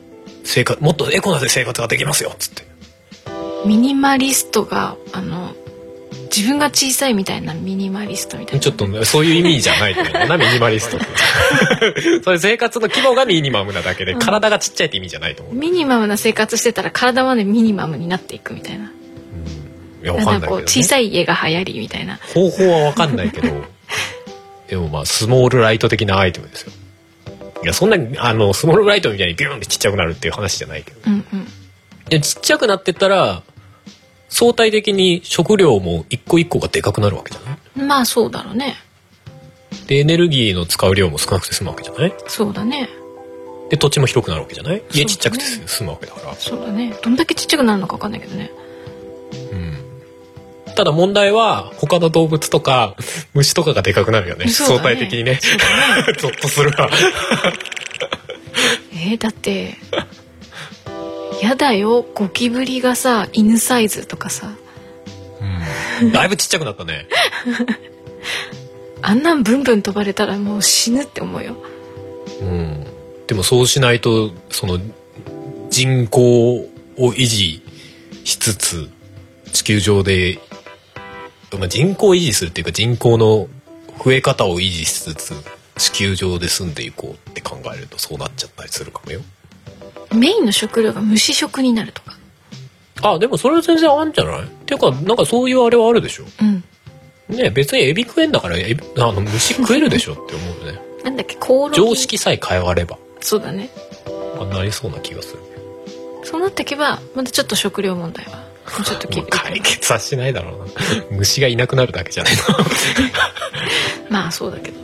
[SPEAKER 2] 生活、もっとエコな生活ができますよ、つって。
[SPEAKER 3] ミニマリストがあの自分が小さいみたいなミニマリストみたいな
[SPEAKER 2] ちょっとねそういう意味じゃないと思うな ミニマリストって そういう生活の規模がミニマムなだけで体がちっちゃいって意味じゃないと思う、
[SPEAKER 3] ミニマムな生活してたら体までミニマムになっていくみたいな
[SPEAKER 2] いやわ
[SPEAKER 3] な
[SPEAKER 2] か
[SPEAKER 3] ん
[SPEAKER 2] んな
[SPEAKER 3] か
[SPEAKER 2] い
[SPEAKER 3] こ
[SPEAKER 2] け
[SPEAKER 3] う
[SPEAKER 2] ど、ね、
[SPEAKER 3] 小さい家が流行りみたいな
[SPEAKER 2] 方法はわかんないけど でもまあスモールライト的なアイテムですよいやそんなにあのスモールライトみたいにビューンってちっちゃくなるっていう話じゃないけど
[SPEAKER 3] うんうん
[SPEAKER 2] でちっちゃくなってったら相対的に食料も一個一個がでかくなるわけじゃない
[SPEAKER 3] まあそうだろうね
[SPEAKER 2] でエネルギーの使う量も少なくて済むわけじゃない
[SPEAKER 3] そうだね
[SPEAKER 2] で土地も広くなるわけじゃない
[SPEAKER 3] そうだ
[SPEAKER 2] 家
[SPEAKER 3] ね
[SPEAKER 2] ちっちゃくて済むわけだから
[SPEAKER 3] そうだねどんだけちっちゃくなるのかわかんないけどね
[SPEAKER 2] ただ問題は他の動物とか 虫とかがでかくなるよね
[SPEAKER 3] そう
[SPEAKER 2] 相
[SPEAKER 3] だね
[SPEAKER 2] 対的にね
[SPEAKER 3] そうだね
[SPEAKER 2] ゾッとするわ
[SPEAKER 3] えー、だってやだよゴキブリがさ犬サイズとかさ
[SPEAKER 2] だいぶちっちゃくなったね
[SPEAKER 3] あんなんブンブン飛ばれたらもう死ぬって思うよ
[SPEAKER 2] うんでもそうしないとその人口を維持しつつ地球上で、まあ、人口を維持するっていうか人口の増え方を維持しつつ地球上で住んでいこうって考えるとそうなっちゃったりするかもよ
[SPEAKER 3] メインの食料が虫食になるとか
[SPEAKER 2] あでもそれは全然あんじゃないっていうかなんかそういうあれはあるでしょ
[SPEAKER 3] うん
[SPEAKER 2] ね別にエビ食えんだからエビあの虫食えるでしょって思うよね
[SPEAKER 3] なんだっけコオロギ
[SPEAKER 2] 常識さえ変われば
[SPEAKER 3] そうだね
[SPEAKER 2] あなりそうな気がする
[SPEAKER 3] そうなってけばまたちょっと食料問題はもうちょっと
[SPEAKER 2] まあ
[SPEAKER 3] 消えて
[SPEAKER 2] 解決はしないだろうな虫がいなくなるだけじゃないの
[SPEAKER 3] まあそうだけど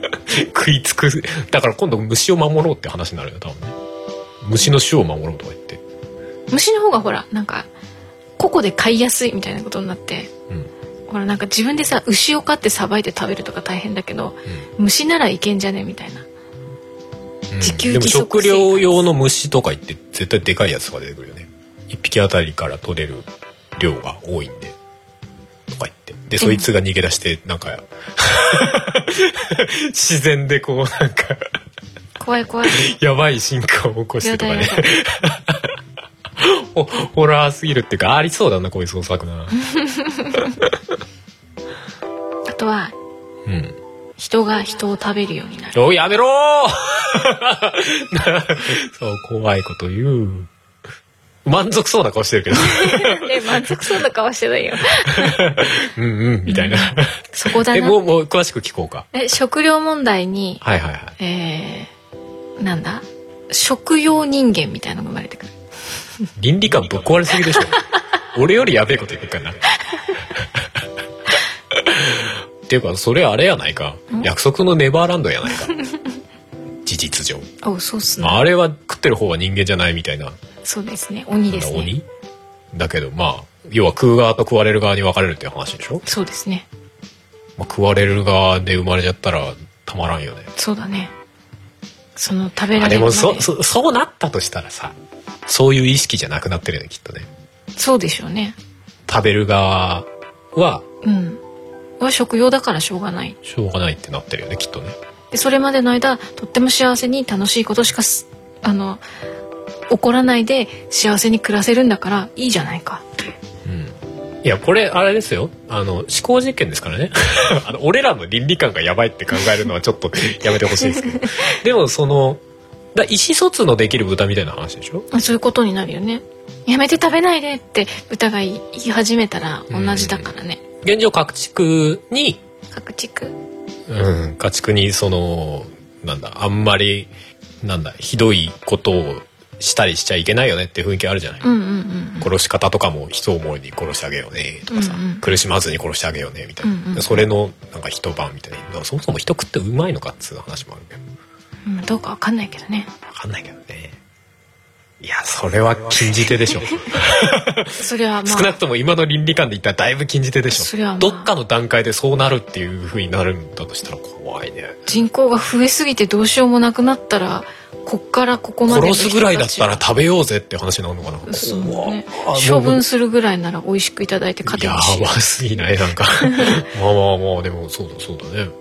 [SPEAKER 2] 食いつくだから今度虫を守ろうって話になるよ多分ね虫の種を守ろうとか言って
[SPEAKER 3] 虫の方がほらなんか個々で飼いやすいみたいなことになって
[SPEAKER 2] うん
[SPEAKER 3] ほらなんか自分でさ牛を飼ってさばいて食べるとか大変だけど、虫ならいけんじゃねみたいな自給
[SPEAKER 2] でも
[SPEAKER 3] 自
[SPEAKER 2] 食
[SPEAKER 3] 足
[SPEAKER 2] 料用の虫とか言って絶対でかいやつが出てくるよね一匹あたりから取れる量が多いんでとか言ってでそいつが逃げ出してなんか 自然でこうなんか
[SPEAKER 3] 怖い 怖い
[SPEAKER 2] やばい進化を起こして
[SPEAKER 3] や
[SPEAKER 2] と
[SPEAKER 3] だ
[SPEAKER 2] か
[SPEAKER 3] や
[SPEAKER 2] ね
[SPEAKER 3] だ
[SPEAKER 2] ホホラーすぎるっていうかありそうだなこいつの作な
[SPEAKER 3] あとは
[SPEAKER 2] うん
[SPEAKER 3] 人が人を食べるようにな る
[SPEAKER 2] おいやめろーな そう怖いこと言う満足そうな顔してるけど
[SPEAKER 3] ね満足そうな顔してないよ
[SPEAKER 2] うんうんみたいな
[SPEAKER 3] そこだ
[SPEAKER 2] えもう
[SPEAKER 3] な
[SPEAKER 2] もう詳しく聞こうか
[SPEAKER 3] え食料問題に
[SPEAKER 2] はいはいはい
[SPEAKER 3] えー、なんだ食用人間みたいなのが生まれてくる
[SPEAKER 2] 倫理観ぶっ壊れすぎでしょ俺よりやべえこと言うかなっていうかそれあれやないか約束のネバーランドやないか事実上
[SPEAKER 3] おそうっすね
[SPEAKER 2] あれは食ってる方は人間じゃないみたいな
[SPEAKER 3] そうですね鬼ですね
[SPEAKER 2] 鬼だけどまあ要は食う側と食われる側に分かれるっていう話でしょ、
[SPEAKER 3] そうですね
[SPEAKER 2] まあ、食われる側で生まれちゃったらたまらんよね
[SPEAKER 3] そうだねその食べら
[SPEAKER 2] あ
[SPEAKER 3] れ
[SPEAKER 2] で
[SPEAKER 3] るま
[SPEAKER 2] も
[SPEAKER 3] で
[SPEAKER 2] そそそうなったとしたらさそういう意識じゃなくなってるよねきっとね
[SPEAKER 3] そうでしょうね
[SPEAKER 2] 食べる側は
[SPEAKER 3] うんは食用だからしょうがない
[SPEAKER 2] しょうがないってなってるよねきっとね
[SPEAKER 3] でそれまでの間とっても幸せに楽しいことしかすあの起こらないで幸せに暮らせるんだからいいじゃないか
[SPEAKER 2] いやこれあれですよあの思考実験ですからね あの俺らの倫理観がやばいって考えるのはちょっと やめてほしいですけどでもそのだ意思疎通のできる豚みたいな話でしょ
[SPEAKER 3] まあそういうことになるよねやめて食べないでって歌が言い始めたら同じだからね
[SPEAKER 2] 現状各地区に
[SPEAKER 3] 各地区
[SPEAKER 2] うん、家畜にそのなんだあんまりなんだひどいことをしたりしちゃいけないよねっていう雰囲気あるじゃない、
[SPEAKER 3] うんうんうん
[SPEAKER 2] 殺し方とかも人を思いに殺してあげようねとかさ、
[SPEAKER 3] うんうん
[SPEAKER 2] 苦しまずに殺してあげようねみたいな、
[SPEAKER 3] うんうん
[SPEAKER 2] それのなんか一晩みたいなだからそもそも人食ってうまいのかっつう話もあるけど
[SPEAKER 3] うんどうかわかんないけどね
[SPEAKER 2] 分かんないけどねいやそれは禁じ手でし ょ
[SPEAKER 3] それはまあ
[SPEAKER 2] 少なくとも今の倫理観で言ったらだいぶ禁じ手でしょ
[SPEAKER 3] それはまあ
[SPEAKER 2] どっかの段階でそうなるっていうふうになるんだとしたら怖いね
[SPEAKER 3] 人口が増えすぎてどうしようもなくなったらこっからここまでの
[SPEAKER 2] 殺す
[SPEAKER 3] 人たち
[SPEAKER 2] ぐらいだったら食べようぜって話になるのかな
[SPEAKER 3] そう
[SPEAKER 2] 怖っ
[SPEAKER 3] ね
[SPEAKER 2] あ
[SPEAKER 3] 処
[SPEAKER 2] でも
[SPEAKER 3] 分するぐらいなら美味しくいただいて勝て
[SPEAKER 2] や
[SPEAKER 3] にしよ
[SPEAKER 2] ばすぎない なんかまあまあまあでもそうだそうだね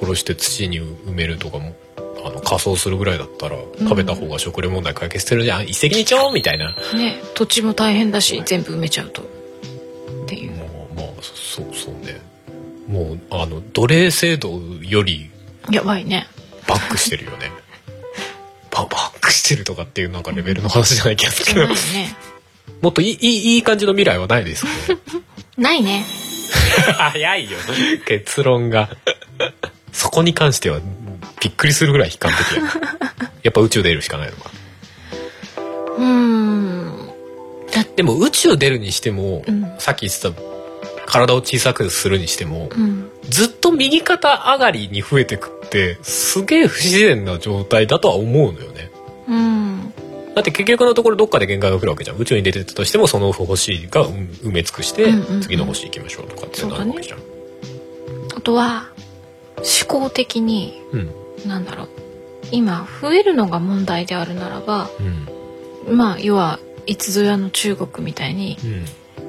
[SPEAKER 2] 殺して土に埋めるとかもあの仮装するぐらいだったら食べた方が食料問題解決してるじゃん、一石二鳥みたいな
[SPEAKER 3] うね土地も大変だし全部埋めちゃうとっていう
[SPEAKER 2] もうもそうそうねもうあの奴隷制度より
[SPEAKER 3] やば いね
[SPEAKER 2] バックしてるよね ババックしてるとかっていうなんかレベルの話じゃない気 がするけど
[SPEAKER 3] ないね
[SPEAKER 2] もっといいいいいい感じの未来はないですかね
[SPEAKER 3] ないね
[SPEAKER 2] 早いよ結論がそこに関してはびっくりするぐらい悲観的やなやっぱ宇宙出るしかないのか
[SPEAKER 3] うーん
[SPEAKER 2] でも宇宙出るにしても、
[SPEAKER 3] うん
[SPEAKER 2] さっき言ってた体を小さくするにしても、
[SPEAKER 3] うん
[SPEAKER 2] ずっと右肩上がりに増えてくってすげえ不自然な状態だとは思うのよね
[SPEAKER 3] うん
[SPEAKER 2] だって結局のところどっかで限界が来るわけじゃん宇宙に出てったとしてもその星がうん埋め尽くして
[SPEAKER 3] うんうんうん
[SPEAKER 2] 次の星行きましょうとかってなるわけじゃん、
[SPEAKER 3] あとは思考的に
[SPEAKER 2] うん
[SPEAKER 3] なんだろう今増えるのが問題であるならば
[SPEAKER 2] うん
[SPEAKER 3] まあ要はいつぞやの中国みたいに
[SPEAKER 2] うん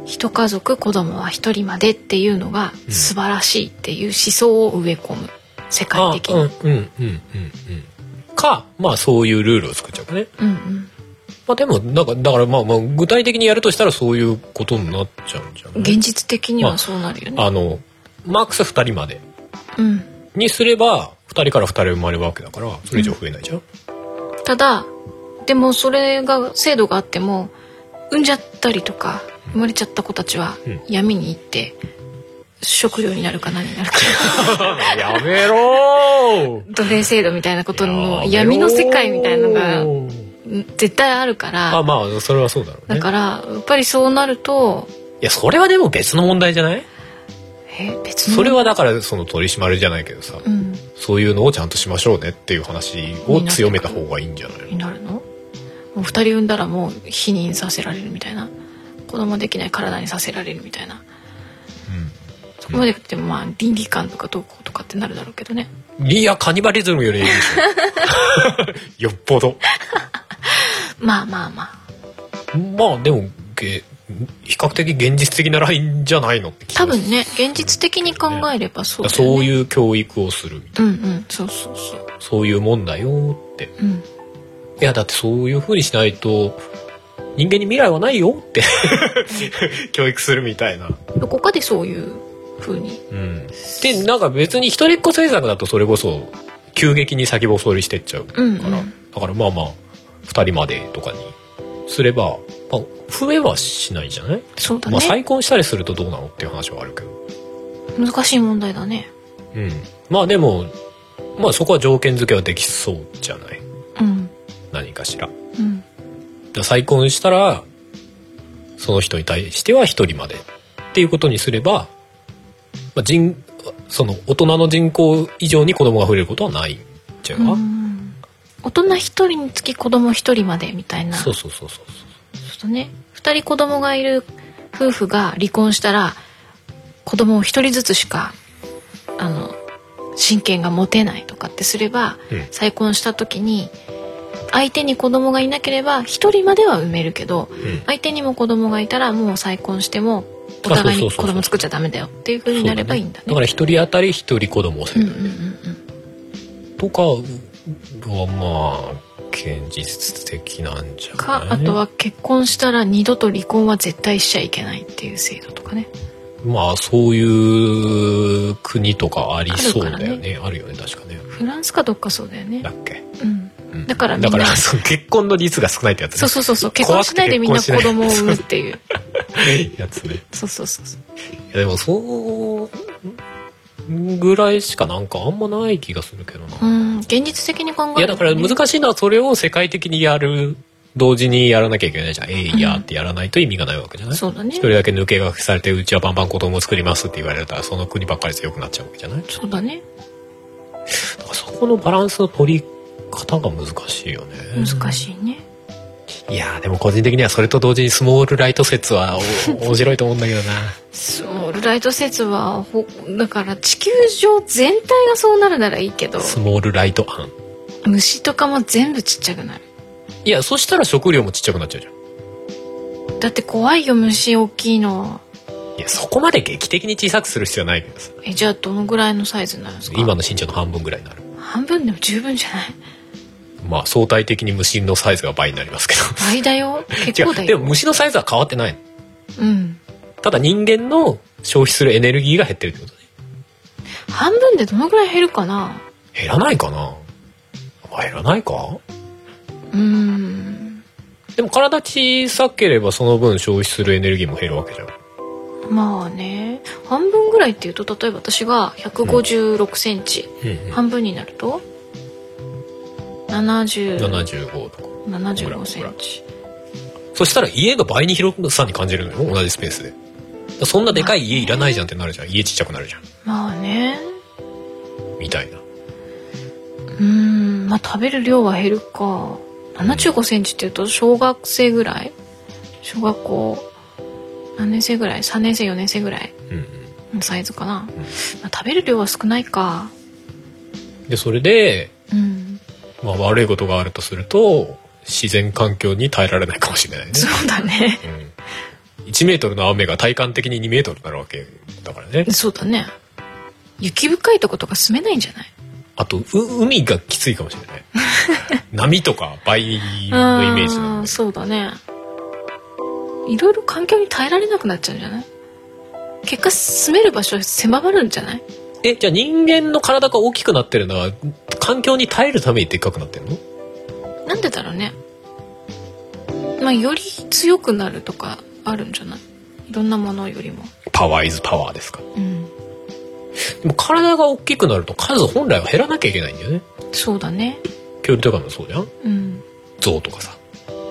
[SPEAKER 3] 一家族子供は一人までっていうのが
[SPEAKER 2] うん
[SPEAKER 3] 素晴らしいっていう思想を植え込む世界的
[SPEAKER 2] あうんう
[SPEAKER 3] に。
[SPEAKER 2] んうんうんうんかまあそういうルールを作っちゃうかね
[SPEAKER 3] うんうん
[SPEAKER 2] まあでもなんかだからまあまあ具体的にやるとしたらそういうことになっちゃうんじゃない
[SPEAKER 3] 現実的にはそうなるよね。
[SPEAKER 2] あのマックス2人まで
[SPEAKER 3] うん、
[SPEAKER 2] にすれば2人から2人生まれるわけだからそれ以上増えないじゃん、
[SPEAKER 3] ただでもそれが制度があっても産んじゃったりとか生まれちゃった子たちは
[SPEAKER 2] うん
[SPEAKER 3] 闇に行って食料になるか何に なるか
[SPEAKER 2] やめろ
[SPEAKER 3] 奴隷制度みたいなことの
[SPEAKER 2] やめろ
[SPEAKER 3] 闇の世界みたいなのがん絶対あるから。
[SPEAKER 2] あまあそれはそうだろう
[SPEAKER 3] だ
[SPEAKER 2] ね
[SPEAKER 3] からやっぱりそうなると
[SPEAKER 2] いやそれはでも別の問題じゃない
[SPEAKER 3] え別に
[SPEAKER 2] それはだからその取り締まりじゃないけどさ、
[SPEAKER 3] うん
[SPEAKER 2] そういうのをちゃんとしましょうねっていう話を強めた方がいいんじゃないの
[SPEAKER 3] になるのもう2人産んだらもう避妊させられるみたいな子供できない体にさせられるみたいなそこまで言ってもまあ倫理観とかどうこうとかってなるだろうけどね
[SPEAKER 2] うん、いやカニバリズムよ りいいでしょよっぽど
[SPEAKER 3] まあまあまあ
[SPEAKER 2] まあでもげ比較的現実的なラインじゃないのって気が
[SPEAKER 3] 多
[SPEAKER 2] する
[SPEAKER 3] 分ね現実的に考えればそうだよね
[SPEAKER 2] そういう教育をするみたいな
[SPEAKER 3] うんうんそうそうそう
[SPEAKER 2] そういうもんだよって
[SPEAKER 3] うん
[SPEAKER 2] いやだってそういう風にしないと人間に未来はないよって 教育するみたいな。
[SPEAKER 3] どこかでそういう風に
[SPEAKER 2] うん、でなんか別に一人っ子政策だとそれこそ急激に先細りしてっちゃうから、
[SPEAKER 3] うんうん
[SPEAKER 2] だからまあまあ2人までとかにすれば、まあ、増えはしないじゃない、
[SPEAKER 3] そうだ
[SPEAKER 2] まあ、
[SPEAKER 3] ね
[SPEAKER 2] 再婚したりするとどうなのっていう話はあるけど、
[SPEAKER 3] 難しい問題だね
[SPEAKER 2] うん、まあでも、まあ、そこは条件付けはできそうじゃない
[SPEAKER 3] うん
[SPEAKER 2] 何かしら。
[SPEAKER 3] うん
[SPEAKER 2] だから再婚したらその人に対しては一人までっていうことにすれば、まあ、人その大人の人口以上に子供が増えることはないんじゃうか、
[SPEAKER 3] うん大人一人につき子供一人までみたいな
[SPEAKER 2] そうそうそうそう
[SPEAKER 3] そうするとね2人子供がいる夫婦が離婚したら子供を1人ずつしかあの親権が持てないとかってすれば、
[SPEAKER 2] うん
[SPEAKER 3] 再婚した時に相手に子供がいなければ1人までは産めるけど、
[SPEAKER 2] ん
[SPEAKER 3] 相手にも子供がいたらもう再婚してもお互い
[SPEAKER 2] あそうそうそう
[SPEAKER 3] に
[SPEAKER 2] そう
[SPEAKER 3] 子供作っちゃダメだよっていう風
[SPEAKER 2] そう
[SPEAKER 3] に
[SPEAKER 2] だ
[SPEAKER 3] な
[SPEAKER 2] ね
[SPEAKER 3] ればいいんだね。
[SPEAKER 2] だから一人当たり一人子供を
[SPEAKER 3] う
[SPEAKER 2] せ
[SPEAKER 3] ん
[SPEAKER 2] る
[SPEAKER 3] うんうんうん
[SPEAKER 2] とかはまあ現実的なんじゃない
[SPEAKER 3] かあとは結婚したら二度と離婚は絶対しちゃいけないっていう制度とかね。
[SPEAKER 2] まあそういう国とかありそうだよ
[SPEAKER 3] あるか
[SPEAKER 2] ねあるよね確かね
[SPEAKER 3] フランスかどっかそうだよね
[SPEAKER 2] だ。っけ、
[SPEAKER 3] うん
[SPEAKER 2] うん
[SPEAKER 3] だからみん
[SPEAKER 2] だ
[SPEAKER 3] な
[SPEAKER 2] からその結婚の率が少ないってやつね
[SPEAKER 3] そうそうそうそう結
[SPEAKER 2] 怖
[SPEAKER 3] 婚
[SPEAKER 2] く
[SPEAKER 3] してないでみんな
[SPEAKER 2] 結
[SPEAKER 3] 子
[SPEAKER 2] 婚しない
[SPEAKER 3] 供を産むっていう
[SPEAKER 2] やつね
[SPEAKER 3] そうそうそうそう
[SPEAKER 2] いやでもそうぐらいしかなんかあんまない気がするけどな、
[SPEAKER 3] うん現実的に考
[SPEAKER 2] い
[SPEAKER 3] えるとね
[SPEAKER 2] やだから難しいのはそれを世界的にやる同時にやらなきゃいけないじゃん「えいや」ってやらないと意味がないわけじゃない、
[SPEAKER 3] そうだね
[SPEAKER 2] 一人だけ抜け駆けされてうちはバンバン子供を作りますって言われたらその国ばっかり強くなっちゃうわけじゃない
[SPEAKER 3] そうだね
[SPEAKER 2] だからそこのバランスの取り方が難しいよね
[SPEAKER 3] 難しいね
[SPEAKER 2] いやでも個人的にはそれと同時にスモールライト説は お面白いと思うんだけどな
[SPEAKER 3] スモールライト説はほだから地球上全体がそうなるならいいけど
[SPEAKER 2] スモールライト案
[SPEAKER 3] 虫とかも全部ちっちゃくなる
[SPEAKER 2] いやそしたら食料もちっちゃくなっちゃうじゃん
[SPEAKER 3] だって怖いよ虫大きいの
[SPEAKER 2] いやそこまで劇的に小さくする必要はないけどさ
[SPEAKER 3] えじゃあどのぐらいのサイズになるんですか
[SPEAKER 2] 今の身長の半分ぐらいになる
[SPEAKER 3] 半分でも十分じゃない
[SPEAKER 2] まあ相対的に虫のサイズが倍になりますけど
[SPEAKER 3] 倍だよ結構だ
[SPEAKER 2] 違うで
[SPEAKER 3] よ
[SPEAKER 2] も虫のサイズは変わってない
[SPEAKER 3] うん
[SPEAKER 2] ただ人間の消費するエネルギーが減ってるってことね
[SPEAKER 3] 半分でどのぐらい減るかな
[SPEAKER 2] 減らないかな、まあ、減らないか
[SPEAKER 3] うーん
[SPEAKER 2] でも体小さければその分消費するエネルギーも減るわけじゃん
[SPEAKER 3] まあね半分ぐらいっていうと例えば私が1 5 6ンチ、半分になると70
[SPEAKER 2] 75とか
[SPEAKER 3] 7 5ンチ
[SPEAKER 2] そしたら家が倍に広さに感じるのよ同じスペースでだからそんなでかい家いらないじゃんってなるじゃん家ちっちゃくなるじゃん
[SPEAKER 3] まあね
[SPEAKER 2] みたいな
[SPEAKER 3] うーんまあ食べる量は減るか7 5ンチっていうと小学生ぐらい小学校何年生ぐらい3年生4年生ぐらい
[SPEAKER 2] うん
[SPEAKER 3] のサイズかな、まあ、食べる量は少ないか
[SPEAKER 2] うんでそれで、
[SPEAKER 3] うん
[SPEAKER 2] まあ、悪いことがあるとすると自然環境に耐えられないかもしれないね
[SPEAKER 3] そうだね
[SPEAKER 2] うん、1メートルの雨が体感的に2メートルになるわけだからね
[SPEAKER 3] そうだね雪深いとことか住めないんじゃない
[SPEAKER 2] あとう海がきついかもしれ ない波とか倍のイメージな
[SPEAKER 3] あ
[SPEAKER 2] ん
[SPEAKER 3] ー
[SPEAKER 2] で
[SPEAKER 3] そうだねいろいろ環境に耐えられなくなっちゃうんじゃない結果住める場所狭まるんじゃない
[SPEAKER 2] えじゃあ人間の体が大きくなってるのは環境に耐えるためにでっかくなってるの
[SPEAKER 3] なんでだろうねまあより強くなるとかあるんじゃないいろんなものよりも
[SPEAKER 2] パワーイズパワーですか
[SPEAKER 3] うん
[SPEAKER 2] でも体が大きくなると数本来は減らなきゃいけないんだよね
[SPEAKER 3] そうだね
[SPEAKER 2] 恐竜とかもそうじゃん
[SPEAKER 3] うん
[SPEAKER 2] 象とかさ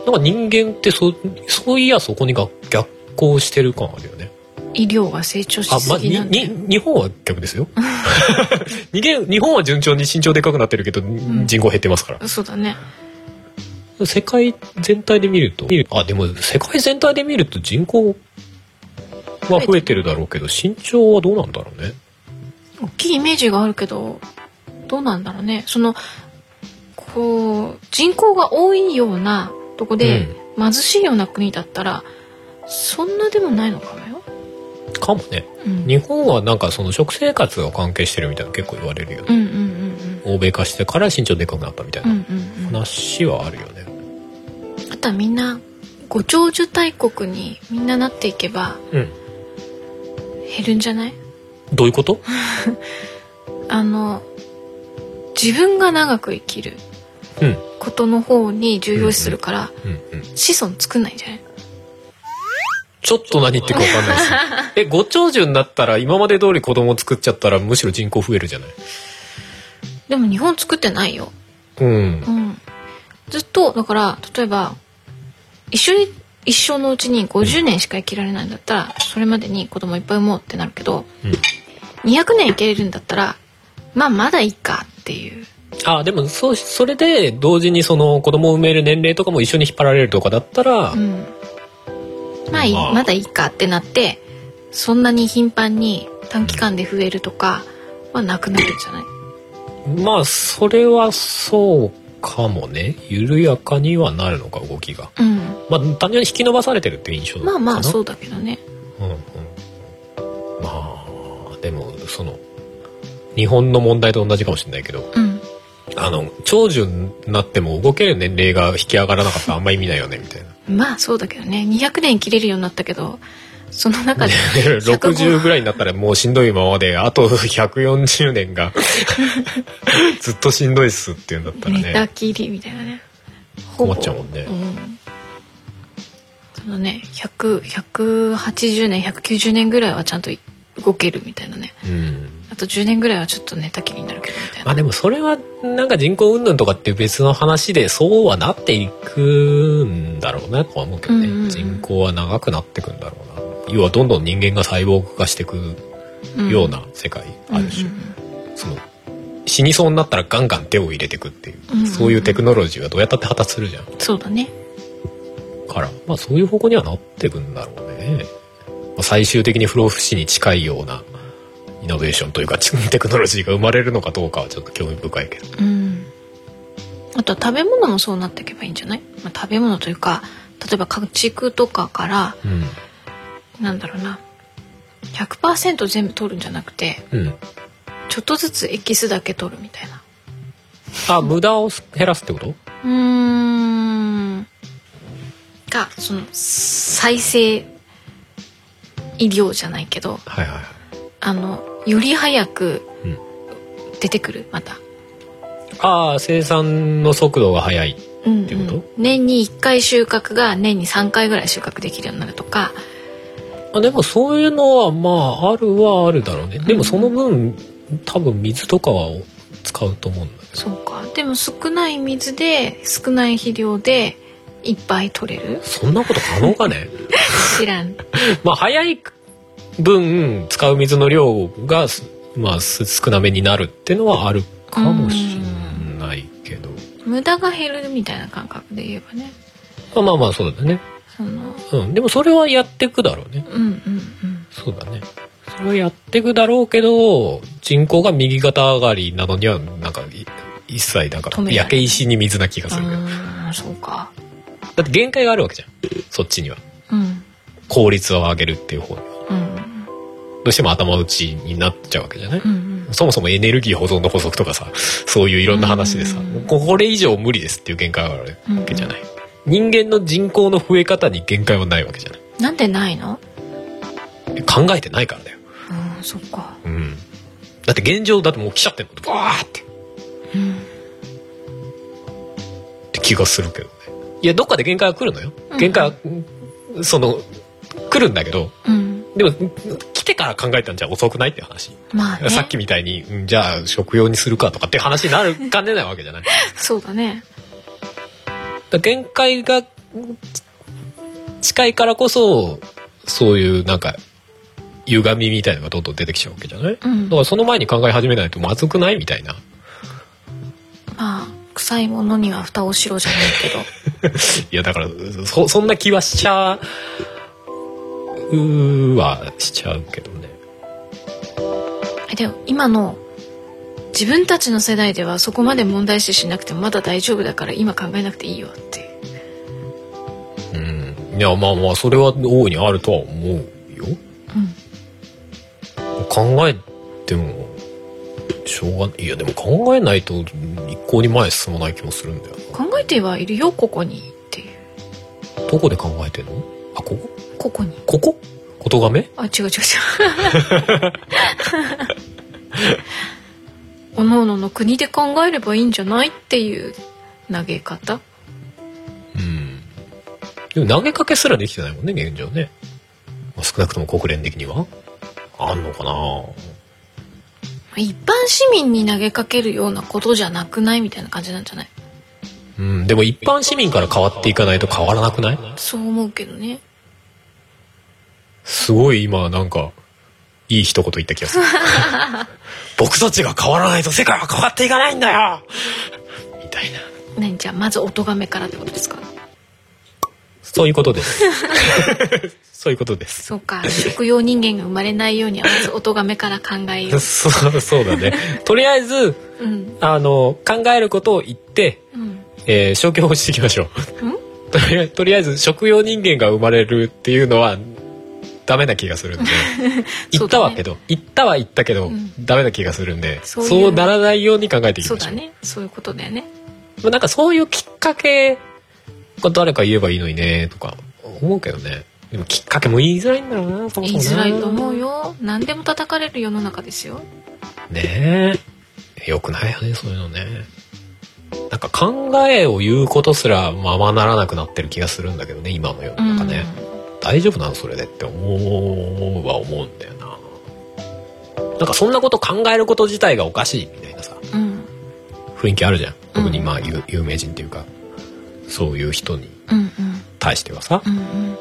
[SPEAKER 2] なんか人間ってそそういやそこにが逆行してる感あるよね
[SPEAKER 3] 医療が成長
[SPEAKER 2] あ
[SPEAKER 3] し、
[SPEAKER 2] ます
[SPEAKER 3] ぎ
[SPEAKER 2] に
[SPEAKER 3] なんだよ、
[SPEAKER 2] に日本は逆ですよ 人間日本は順調に身長でかくなってるけど
[SPEAKER 3] ん
[SPEAKER 2] 人口減ってますから、
[SPEAKER 3] そうだね
[SPEAKER 2] 世界全体で見るとあでも世界全体で見ると人口は増えてるだろうけど身長はどうなんだろうね
[SPEAKER 3] 大きいイメージがあるけどどうなんだろうねそのこう人口が多いようなとこで、貧しいような国だったらそんなでもないのかもよ、
[SPEAKER 2] かもね
[SPEAKER 3] うん、
[SPEAKER 2] 日本はなんかその食生活が関係してるみたいなの結構言われるよね
[SPEAKER 3] うんうんうん
[SPEAKER 2] 欧米化してから身長でかくなったみたい
[SPEAKER 3] うんう
[SPEAKER 2] なん
[SPEAKER 3] うんうん
[SPEAKER 2] 話はあるよね
[SPEAKER 3] あとはみんなご長寿大国にみんななっていけば
[SPEAKER 2] うん
[SPEAKER 3] 減るんじゃない
[SPEAKER 2] どういうこと
[SPEAKER 3] あの自分が長く生きる
[SPEAKER 2] うんうん
[SPEAKER 3] ことの方に重要視するから、
[SPEAKER 2] うん
[SPEAKER 3] 子孫作んないんじゃない
[SPEAKER 2] ちょっと何言ってるか分かんないです えご長寿になったら今まで通り子供作っちゃったらむしろ人口増えるじゃない
[SPEAKER 3] でも日本作ってないよ
[SPEAKER 2] うん
[SPEAKER 3] うん、ずっとだから例えば一緒に一生のうちに50年しか生きられないんだったらそれまでに子供いっぱい産もうってなるけど、200年生きれるんだったらまあまだいいかっていう
[SPEAKER 2] あでもそうそれで同時にその子供を産める年齢とかも一緒に引っ張られるとかだったら、
[SPEAKER 3] うんまあいい
[SPEAKER 2] まあ
[SPEAKER 3] まだいいかってなってそんなに頻繁に短期間で増えるとかはなくなるんじゃない
[SPEAKER 2] まあそれはそうかもね緩やかにはなるのか動きが
[SPEAKER 3] うん
[SPEAKER 2] まあ単純に引き伸ばされてるっていう印象なの
[SPEAKER 3] まあ
[SPEAKER 2] かな
[SPEAKER 3] まあそうだけどね
[SPEAKER 2] うんうんまあでもその日本の問題と同じかもしれないけど
[SPEAKER 3] うん
[SPEAKER 2] あの長寿になっても動ける年齢が引き上がらなかったらあんま意味ないよねみたいな
[SPEAKER 3] まあそうだけどね200年生きれるようになったけどその 中で
[SPEAKER 2] 60ぐらいになったらもうしんどいままであと140年 がずっとしんどいっすっていうんだったら
[SPEAKER 3] 寝た
[SPEAKER 2] ね
[SPEAKER 3] きりみたいなね
[SPEAKER 2] 困っちゃうもんね
[SPEAKER 3] んそのね100 180年190年ぐらいはちゃんとい動けるみたいなね
[SPEAKER 2] うん
[SPEAKER 3] あと10年ぐらいはちょっと寝たきりになるけどみたい
[SPEAKER 2] ま
[SPEAKER 3] な、
[SPEAKER 2] あでもそれはなんか人口云々とかっていう別の話でそうはなっていくんだろうなとは思うけどね、
[SPEAKER 3] うんうんうん
[SPEAKER 2] 人口は長くなってくんだろうな要はどんどん人間が細胞化していく
[SPEAKER 3] ん
[SPEAKER 2] ような世界あるし、
[SPEAKER 3] うんうん
[SPEAKER 2] その死にそうになったらガンガン手を入れていくっていう、
[SPEAKER 3] うんうん
[SPEAKER 2] そういうテクノロジーはどうやったって発達するじゃん
[SPEAKER 3] うんそうだね
[SPEAKER 2] からまあそういう方向にはなってくんだろうね、まあ最終的に不老不死に近いようなイノベーションというか テクノロジーが生まれるのかどうかはちょっと興味深いけど
[SPEAKER 3] うんあとは食べ物もそうなっていけばいいんじゃない、まあ、食べ物というか例えば家畜とかから
[SPEAKER 2] うん
[SPEAKER 3] なんだろうな100%全部取るんじゃなくて
[SPEAKER 2] うん
[SPEAKER 3] ちょっとずつエキスだけ取るみたいな
[SPEAKER 2] あ無駄を減らすってこと
[SPEAKER 3] うーんがその再生医療じゃないけど
[SPEAKER 2] はいはいはい
[SPEAKER 3] あのより早く
[SPEAKER 2] うん
[SPEAKER 3] 出てくるまた、
[SPEAKER 2] ああ生産の速度が速い
[SPEAKER 3] うんうん
[SPEAKER 2] ってこと
[SPEAKER 3] 年に1回収穫が年に3回ぐらい収穫できるようになるとか
[SPEAKER 2] あでもそういうのはまああるはあるだろうねでもその分多分水とかは使うと思うんだけど
[SPEAKER 3] そうかでも少ない水で少ない肥料でいっぱい取れる
[SPEAKER 2] そんなこと可能かね
[SPEAKER 3] 知 らん
[SPEAKER 2] まあ早い分使う水の量がすまあす少なめになるってのはあるかもしれないけど
[SPEAKER 3] 無駄が減るみたいな感覚で言えばね
[SPEAKER 2] まあまあまあそうだね
[SPEAKER 3] その
[SPEAKER 2] うんでもそれはやってくだろうね
[SPEAKER 3] うんうんうん
[SPEAKER 2] そうだねそれはやってくだろうけど人口が右肩上がりなのにはなんかい一切なんか
[SPEAKER 3] 止めない
[SPEAKER 2] 焼け石に水な気がするけど
[SPEAKER 3] あーそうか
[SPEAKER 2] だって限界があるわけじゃんそっちには
[SPEAKER 3] うん
[SPEAKER 2] 効率を上げるっていう方には
[SPEAKER 3] うん
[SPEAKER 2] どうしても頭打ちになっちゃうわけじゃない、
[SPEAKER 3] うんうん
[SPEAKER 2] そもそもエネルギー保存の補足とかさそういういろんな話でさ、
[SPEAKER 3] うん
[SPEAKER 2] ここれ以上無理ですっていう限界があるわけじゃない、人間の人口の増え方に限界はないわけじゃない
[SPEAKER 3] なんでないの
[SPEAKER 2] 考えてないからだよ
[SPEAKER 3] うんそっか
[SPEAKER 2] うんだって現状だってもう来ちゃってるのわーって
[SPEAKER 3] うん
[SPEAKER 2] って気がするけどねいやどっかで限界は来るのよ
[SPEAKER 3] うん
[SPEAKER 2] 限界は、うんその来るんだけど
[SPEAKER 3] うん
[SPEAKER 2] でもうん来てから考えたんじゃ遅くないって話
[SPEAKER 3] まあね
[SPEAKER 2] さっきみたいに、うんじゃあ食用にするかとかっていう話になるかねないわけじゃない。だか
[SPEAKER 3] そうだね
[SPEAKER 2] ら限界がうん近いからこそ、そういうなんか、歪みみたいなのがどんどん出てきちゃうわけじゃない、
[SPEAKER 3] うん
[SPEAKER 2] だからその前に考え始めないとまずくないみたいな。
[SPEAKER 3] まあ臭いものには蓋をしろじゃないけど
[SPEAKER 2] いや、だから、そ、そんな気はしちゃう、うーはしちゃうけどね。
[SPEAKER 3] え でも今の自分たちの世代ではそこまで問題視しなくてもまだ大丈夫だから今考えなくていいよって
[SPEAKER 2] うん。いや、まあまあ、それは大いにあるとは思うよ。
[SPEAKER 3] うん
[SPEAKER 2] 考えてもしょうがないいやでも考えないとうん一向に前へ進まない気もするんだよ
[SPEAKER 3] 考えてはいるよここにっていう
[SPEAKER 2] などこで考えてんのあここ
[SPEAKER 3] ここに
[SPEAKER 2] ここことがめ
[SPEAKER 3] あ違う違う違う おのおのの国で考えればいいんじゃないっていう投げ方
[SPEAKER 2] うんでも投げかけすらできてないもんね現状ね、まあ、少なくとも国連的にはあんのかな
[SPEAKER 3] 一般市民に投げかけるようなことじゃなくないみたいな感じなんじゃない
[SPEAKER 2] うんでも一般市民から変わっていかないと変わらなくない
[SPEAKER 3] そう思うけどね
[SPEAKER 2] すごい今なんかいい一言言った気 がする僕たちが変わらないと世界は変わっていかないんだよみたいな
[SPEAKER 3] 何じゃあまずお咎めからってことですか
[SPEAKER 2] そういうこと です。そういうことです。
[SPEAKER 3] そうか食用人間が生まれないようにはまずお咎めから考えよ
[SPEAKER 2] そう、そうだね。とりあえず、
[SPEAKER 3] ううん
[SPEAKER 2] あの、考えることを言って、
[SPEAKER 3] うん
[SPEAKER 2] えー消去法していきましょ
[SPEAKER 3] うん
[SPEAKER 2] う。とりあえず、 とりあえず、食用人間が生まれるっていうのは、ダメな気がするんで。 言ったはけど、言ったは言ったけど、
[SPEAKER 3] うん
[SPEAKER 2] ダメな気がするんで、
[SPEAKER 3] そ
[SPEAKER 2] そうう
[SPEAKER 3] いう
[SPEAKER 2] ならないように考えていき
[SPEAKER 3] そう
[SPEAKER 2] ましょ
[SPEAKER 3] だ
[SPEAKER 2] う。
[SPEAKER 3] ねそういうことだよね
[SPEAKER 2] まあなんかそういうきっかけが誰か言えばいいのにね、とか思うけどね。でもきっかけも言いづらいんだろうな、そもそもな
[SPEAKER 3] 言いづらいと思うよ何でも叩かれる世の中ですよ
[SPEAKER 2] ねえよくないよねそういうのねなんか考えを言うことすらままならなくなってる気がするんだけどね今の世の中ね、大丈夫なのそれでって思うは思うんだよななんかそんなこと考えること自体がおかしいみたいなさ
[SPEAKER 3] うんうん
[SPEAKER 2] 雰囲気あるじゃん特に
[SPEAKER 3] うん
[SPEAKER 2] まあ有有名人っていうかそういう人に
[SPEAKER 3] うん
[SPEAKER 2] 対してはさ
[SPEAKER 3] うんうん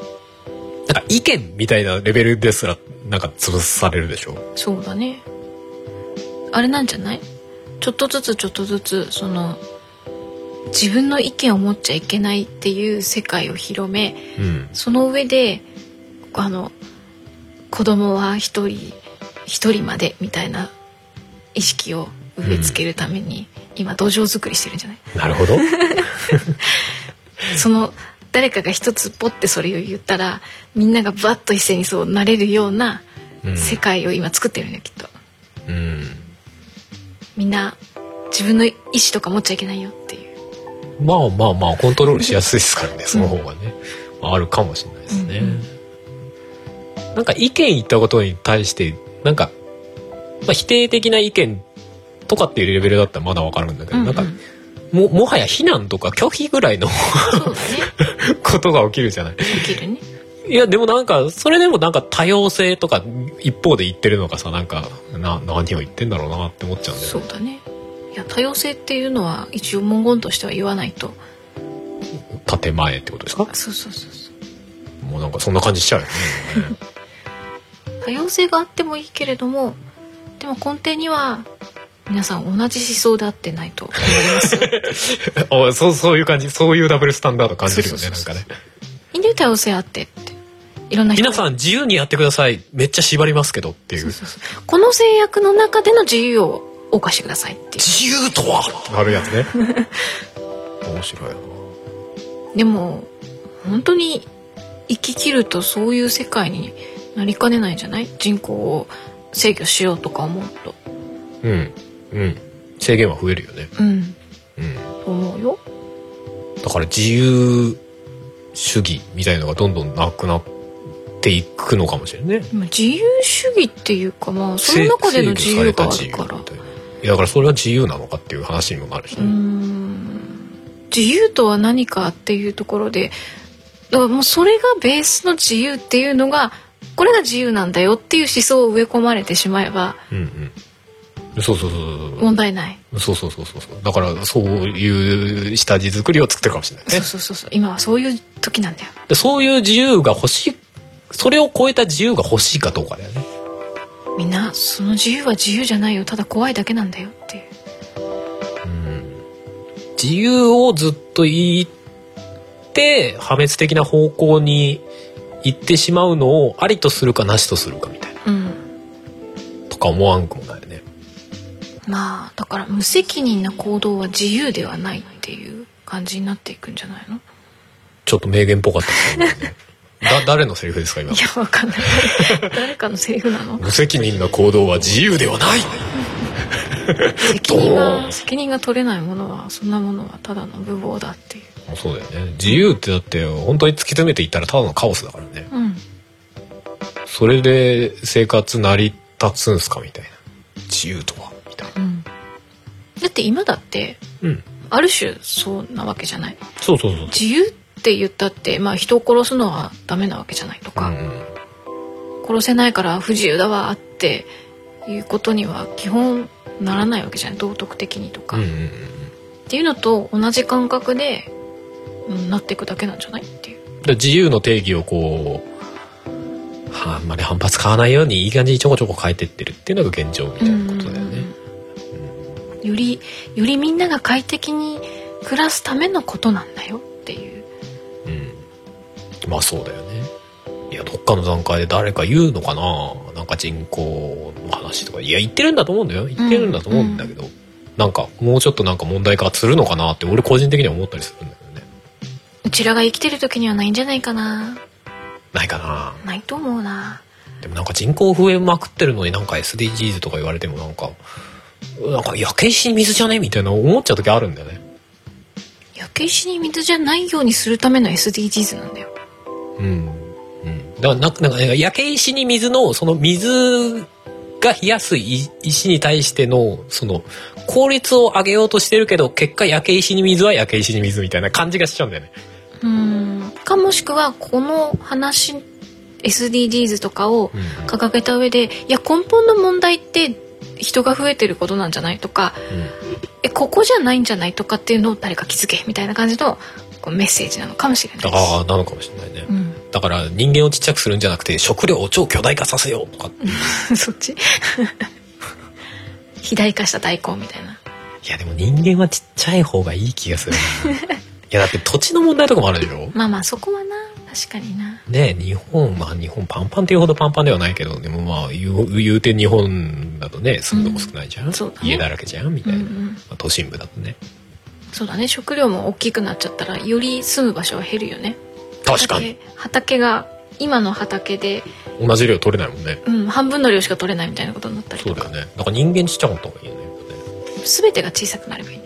[SPEAKER 2] なんか意見みたいなレベルですらなんか潰されるでしょ
[SPEAKER 3] うんそうだねあれなんじゃないちょっとずつちょっとずつその自分の意見を持っちゃいけないっていう世界を広め
[SPEAKER 2] うん
[SPEAKER 3] その上であの子供は一人一人までみたいな意識を植え付けるために、今土壌作りしてるんじゃない
[SPEAKER 2] なるほ ど
[SPEAKER 3] その誰かが一つポッてそれを言ったらみんながバッと一斉にそうなれるような
[SPEAKER 2] うん
[SPEAKER 3] 世界を今作ってるんだよきっと
[SPEAKER 2] うん
[SPEAKER 3] みんな自分の意思とか持っちゃいけないよっていう、
[SPEAKER 2] まあまあまあコントロールしやすいですからねその方がね、まああるかもしれないですね、
[SPEAKER 3] うんうん
[SPEAKER 2] なんか意見言ったことに対してなんか、まあ、否定的な意見とかっていうレベルだったらまだわかるんだけど、
[SPEAKER 3] うんうん
[SPEAKER 2] なんかももはや非難とか拒否ぐらいの
[SPEAKER 3] そう だね
[SPEAKER 2] ことが起きるじゃ ない。
[SPEAKER 3] できるね
[SPEAKER 2] いやでもなんかそれでもなんか多様性とか一方で言ってるのかさなんかな何を言ってんだろうなって思っちゃうんだよ
[SPEAKER 3] そうだねいや多様性っていうのは一応文言としては言わないと
[SPEAKER 2] ね建前ってことですか
[SPEAKER 3] そうそうそうそう
[SPEAKER 2] もうなんかそんな感じしちゃうよね。
[SPEAKER 3] 多様性があってもいいけれどもでも根底には皆さん同じ思想であってない と思いますよ
[SPEAKER 2] あそうそういう感じそういうダブルスタンダード感じるよね
[SPEAKER 3] そう
[SPEAKER 2] な
[SPEAKER 3] そ
[SPEAKER 2] ん
[SPEAKER 3] うそ
[SPEAKER 2] か
[SPEAKER 3] う
[SPEAKER 2] ね
[SPEAKER 3] いいんだよ多様性あってっていろんな人が
[SPEAKER 2] 皆さん自由にやってくださいめっちゃ縛りますけどっていう
[SPEAKER 3] そうそうそうこの制約の中での自由を謳歌してくださいってい
[SPEAKER 2] 自由とはあるやつ ね面白いな
[SPEAKER 3] うでも本当に生き切るとそういう世界になりかねないんじゃない人口を制御しようとか思うと
[SPEAKER 2] うんうん制限は増えるよね
[SPEAKER 3] うん
[SPEAKER 2] うん
[SPEAKER 3] 思うよ
[SPEAKER 2] だから自由主義みたいのがどんどんなくなっていくのかもしれないね
[SPEAKER 3] でも自由主義っていうかまあその中での自由があるから
[SPEAKER 2] 制限された自由みたいないやだからそれは自由なのかっていう話にもなるし
[SPEAKER 3] うー
[SPEAKER 2] ね、
[SPEAKER 3] ん自由とは何かっていうところでだからもうそれがベースの自由っていうのがこれが自由なんだよっていう思想を植え込まれてしまえば
[SPEAKER 2] うん、うんそうそうそうそうそう
[SPEAKER 3] 問題ない、
[SPEAKER 2] そうそうそうそうそうだからそういう下地作りを作ってるかもしれない
[SPEAKER 3] そう
[SPEAKER 2] ね
[SPEAKER 3] そうそうそう今はそういう時なんだよ
[SPEAKER 2] でそういう自由が欲しいそれを超えた自由が欲しいかどうかだよね
[SPEAKER 3] みんなその自由は自由じゃないよただ怖いだけなんだよっていう
[SPEAKER 2] 自由をずっと言って破滅的な方向に行ってしまうのをありとするかなしとするかみたいな
[SPEAKER 3] うん
[SPEAKER 2] とか思わんくもないよね
[SPEAKER 3] まあだから無責任な行動は自由ではないっていう感じになっていくんじゃないの
[SPEAKER 2] ちょっと名言っぽかったです ねだ誰のセリフですか今
[SPEAKER 3] いやわかん ない誰かのセリフなの
[SPEAKER 2] 無責任な行動は自由ではない
[SPEAKER 3] 責任
[SPEAKER 2] どう
[SPEAKER 3] が責任が取れないものはそんなものはただの無謀だっていう
[SPEAKER 2] そうだよね自由ってだって本当に突き詰めていったらただのカオスだからね、
[SPEAKER 3] うん
[SPEAKER 2] それで生活成り立つんすかみたいな自由とはみたいな
[SPEAKER 3] うんだって今だって
[SPEAKER 2] うん
[SPEAKER 3] ある種そうなわけじゃない
[SPEAKER 2] そうそうそう
[SPEAKER 3] 自由って言ったってまあ人を殺すのはダメなわけじゃない
[SPEAKER 2] う
[SPEAKER 3] とか、
[SPEAKER 2] ん
[SPEAKER 3] 殺せないから不自由だわっていうことには基本ならないわけじゃない道徳的にとか、
[SPEAKER 2] うんう
[SPEAKER 3] っ
[SPEAKER 2] ん
[SPEAKER 3] ていうのと同じ感覚で、うん、なっていくだけなんじゃないっていう
[SPEAKER 2] で自由の定義をこうはああんまり反発買わないようにいい感じにちょこちょこ変えてってるっていうのが現状みたいなことだよね
[SPEAKER 3] よりよりみんなが快適に暮らすためのことなんだよっていう
[SPEAKER 2] うん、まあそうだよねいやどっかの段階で誰か言うのかななんか人口の話とかいや言ってるんだと思うんだよ言ってるんだと思うんだけど、なんかもうちょっとなんか問題化するのかなって俺個人的には思ったりするんだけどね
[SPEAKER 3] うちらが生きてる時にはないんじゃないかな
[SPEAKER 2] ないかな
[SPEAKER 3] ないと思うな
[SPEAKER 2] でもなんか人口増えまくってるのになんか SDGs とか言われてもなんかなんか焼け石に水じゃねみたいな思っちゃう時あるんだよね。
[SPEAKER 3] 焼け石に水じゃないようにするための SDGs なんだよ
[SPEAKER 2] うん。うん。だからなんかなんか焼け石に水のその水が冷やすい石に対してのその効率を上げようとしてるけど結果焼け石に水は焼け石に水みたいな感じがしちゃうんだよね。
[SPEAKER 3] うんかもしくはこの話 SDGs とかを
[SPEAKER 2] う
[SPEAKER 3] 掲げた上でいや根本の問題って人が増えてることなんじゃないとか
[SPEAKER 2] ん。
[SPEAKER 3] えここじゃないんじゃないとかっていうのを誰か気づけみたいな感じのこうメッセージなのかもしれない
[SPEAKER 2] だ
[SPEAKER 3] し
[SPEAKER 2] からあーなのかもしれないね
[SPEAKER 3] う。ん、
[SPEAKER 2] だから人間をちっちゃくするんじゃなくて食料を超巨大化させようとかっていう
[SPEAKER 3] そっち 肥大化した大根みたいない
[SPEAKER 2] やでも人間はちっちゃい方がいい気がする ないやだって土地の問題とかもあるでしょ
[SPEAKER 3] まあまあそこはな確かにな
[SPEAKER 2] ねえ日本まあ日本パンパンっていうほどパンパンではないけどでもまあ言う言うて日本だとね住むとこ少ないじゃん、
[SPEAKER 3] んそうだね
[SPEAKER 2] 家だらけじゃんみたいな、
[SPEAKER 3] うんうん
[SPEAKER 2] まあ都心部だとね
[SPEAKER 3] そうだね食料も大きくなっちゃったらより住む場所は減るよね
[SPEAKER 2] 確かに
[SPEAKER 3] 畑畑が今の畑で、
[SPEAKER 2] 同じ量取れないもんね
[SPEAKER 3] うん、半分の量しか取れないみたいなことになったり
[SPEAKER 2] そ
[SPEAKER 3] と
[SPEAKER 2] うだよ
[SPEAKER 3] か
[SPEAKER 2] ねだから人間ちっちゃかった方がいいよね
[SPEAKER 3] 全てが小さくなればいいね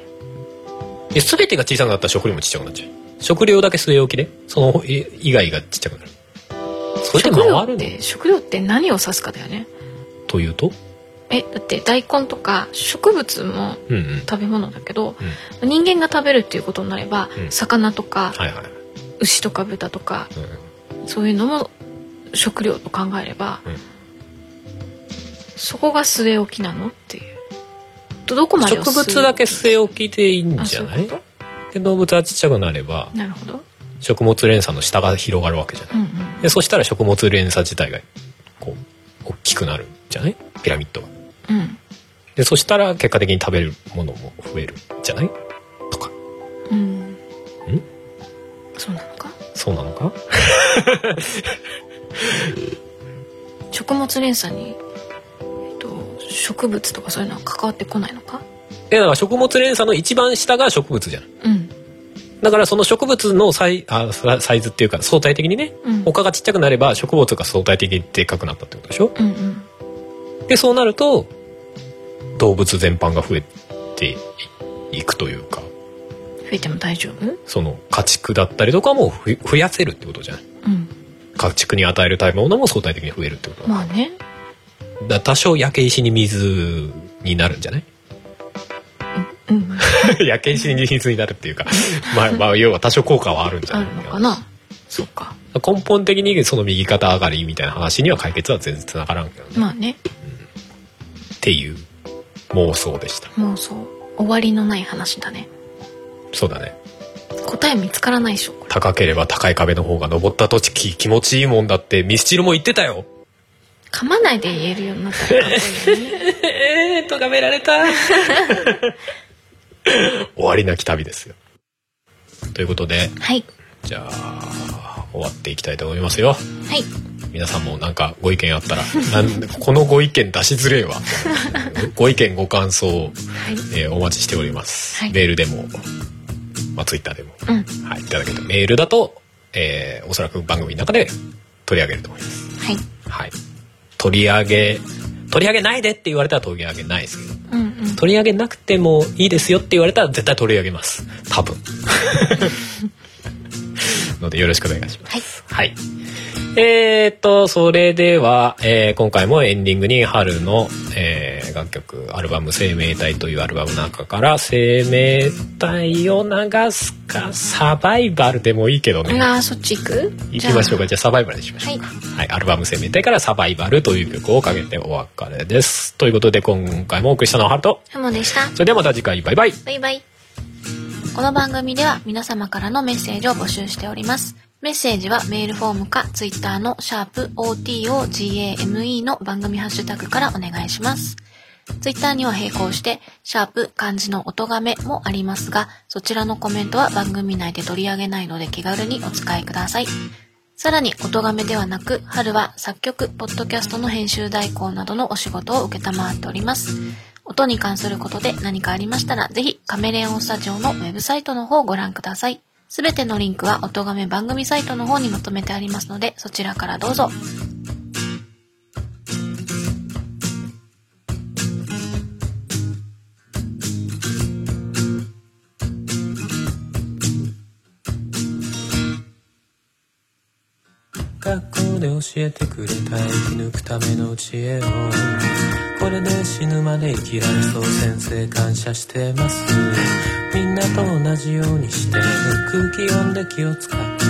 [SPEAKER 2] え全てが小さくなったら食料もちっちゃくなっちゃう食料だけ据え置きでそのえ以外がちっちゃくなるそれで
[SPEAKER 3] 食料
[SPEAKER 2] 回る
[SPEAKER 3] っ
[SPEAKER 2] の
[SPEAKER 3] て食料って何を指すかだよね
[SPEAKER 2] というと
[SPEAKER 3] えだって大根とか植物も
[SPEAKER 2] うんうん
[SPEAKER 3] 食べ物だけど、人間が食べるっていうことになれば、
[SPEAKER 2] うん
[SPEAKER 3] 魚とか
[SPEAKER 2] はいはい、
[SPEAKER 3] 牛とか豚とか
[SPEAKER 2] うん
[SPEAKER 3] そういうのも食料と考えれば、
[SPEAKER 2] うん
[SPEAKER 3] そこが据え置きなのっていうどどこまでを
[SPEAKER 2] 植物だけ据え置きでいいん
[SPEAKER 3] あ
[SPEAKER 2] じゃ
[SPEAKER 3] そう
[SPEAKER 2] な
[SPEAKER 3] いう
[SPEAKER 2] い
[SPEAKER 3] こ
[SPEAKER 2] で動物はちっちゃくなれば
[SPEAKER 3] となるほど、
[SPEAKER 2] 食物連鎖の下が広がるわけじゃない
[SPEAKER 3] うんうん、
[SPEAKER 2] でそしたら食物連鎖自体がこう大きくなるんじゃないピラミッドが
[SPEAKER 3] うん
[SPEAKER 2] でそしたら結果的に食べるものも増えるんじゃないとか
[SPEAKER 3] うんそうなのか
[SPEAKER 2] そうなのか
[SPEAKER 3] 食物連鎖に、えっと、植物とかそういうのは関わってこないのか
[SPEAKER 2] でだから食物連鎖の一番下が植物じゃん
[SPEAKER 3] うん
[SPEAKER 2] だからその植物のサイあササイズっていうか相対的にね
[SPEAKER 3] うん
[SPEAKER 2] 他がちっちゃくなれば植物が相対的にでかくなったってことでしょ
[SPEAKER 3] うんうん
[SPEAKER 2] でそうなると動物全般が増えていくというか
[SPEAKER 3] 増えても大丈夫
[SPEAKER 2] その家畜だったりとかもふ増やせるってことじゃない
[SPEAKER 3] うん
[SPEAKER 2] 家畜に与える食べ物も相対的に増えるってことだ,、
[SPEAKER 3] まあね
[SPEAKER 2] 多少焼け石に水になるんじゃない
[SPEAKER 3] うん
[SPEAKER 2] 焼け石に水になるっていうか まあまあ要は多少効果はあるんじゃ
[SPEAKER 3] あ
[SPEAKER 2] ない
[SPEAKER 3] るのかな そうか
[SPEAKER 2] 根本的にその右肩上がりみたいな話には解決は全然つながらんけどね、
[SPEAKER 3] まあね
[SPEAKER 2] っていう妄想でした
[SPEAKER 3] もうそう終わりのない話だね
[SPEAKER 2] そうだね
[SPEAKER 3] 答え見つからないでしょこれ
[SPEAKER 2] 高ければ高い壁の方が登った時き気持ちいいもんだってミスチルも言ってたよ
[SPEAKER 3] 噛まないで言えるようになったらかっこい いよね
[SPEAKER 2] えーとがめられた 終わりなき旅ですよということで
[SPEAKER 3] はい
[SPEAKER 2] じゃあ終わっていきたいと思いますよ
[SPEAKER 3] はい
[SPEAKER 2] 皆さんもなんかご意見あったらなんこのご意見出しづれえわご意見ご感想、
[SPEAKER 3] はい
[SPEAKER 2] えーお待ちしております、
[SPEAKER 3] はい
[SPEAKER 2] メールでも、まあ、ツイッターでも、
[SPEAKER 3] うん
[SPEAKER 2] はい、いただけるとメールだと、えーおそらく番組の中で取り上げると思います、
[SPEAKER 3] はい
[SPEAKER 2] はい、取り上げ取り上げないでって言われたら取り上げないですけど
[SPEAKER 3] うんうん
[SPEAKER 2] 取り上げなくてもいいですよって言われたら絶対取り上げます多分 のでよろしくお願いします
[SPEAKER 3] はい
[SPEAKER 2] はい。えーっと、それでは、えー今回もエンディングに春の、えー楽曲、アルバム生命体というアルバムの中から、生命体を流すか、サバイバルでもいいけどね。
[SPEAKER 3] あーそっち行く
[SPEAKER 2] 行きましょうか。
[SPEAKER 3] じ
[SPEAKER 2] じゃあサバイバルにしましょうか。はい、アルバム生命体からサバイバルという曲をかけてお別れです。ということで、今回もお送りしたのは春と、
[SPEAKER 3] ゃあハモでした
[SPEAKER 2] それではまた次回、バイバイ。
[SPEAKER 3] バイバイ。この番組では皆様からのメッセージを募集しております。メッセージはメールフォームか Twitter のシャープ o t o g a m e の番組ハッシュタグからお願いします。Twitter には並行して、シャープ漢字の音がめもありますが、そちらのコメントは番組内で取り上げないので気軽にお使いください。さらに、音亀ではなく、春は作曲、ポッドキャストの編集代行などのお仕事を受けたまわっております。音に関することで何かありましたら、ぜひカメレオンスタジオのウェブサイトの方をご覧ください。すべてのリンクは音亀番組サイトの方にまとめてありますので、そちらからどうぞ。
[SPEAKER 4] 学校で教えてくれた生き抜くための知恵をこれで死ぬまで生きられそう先生感謝してますみんなと同じようにして空気読んで気を使って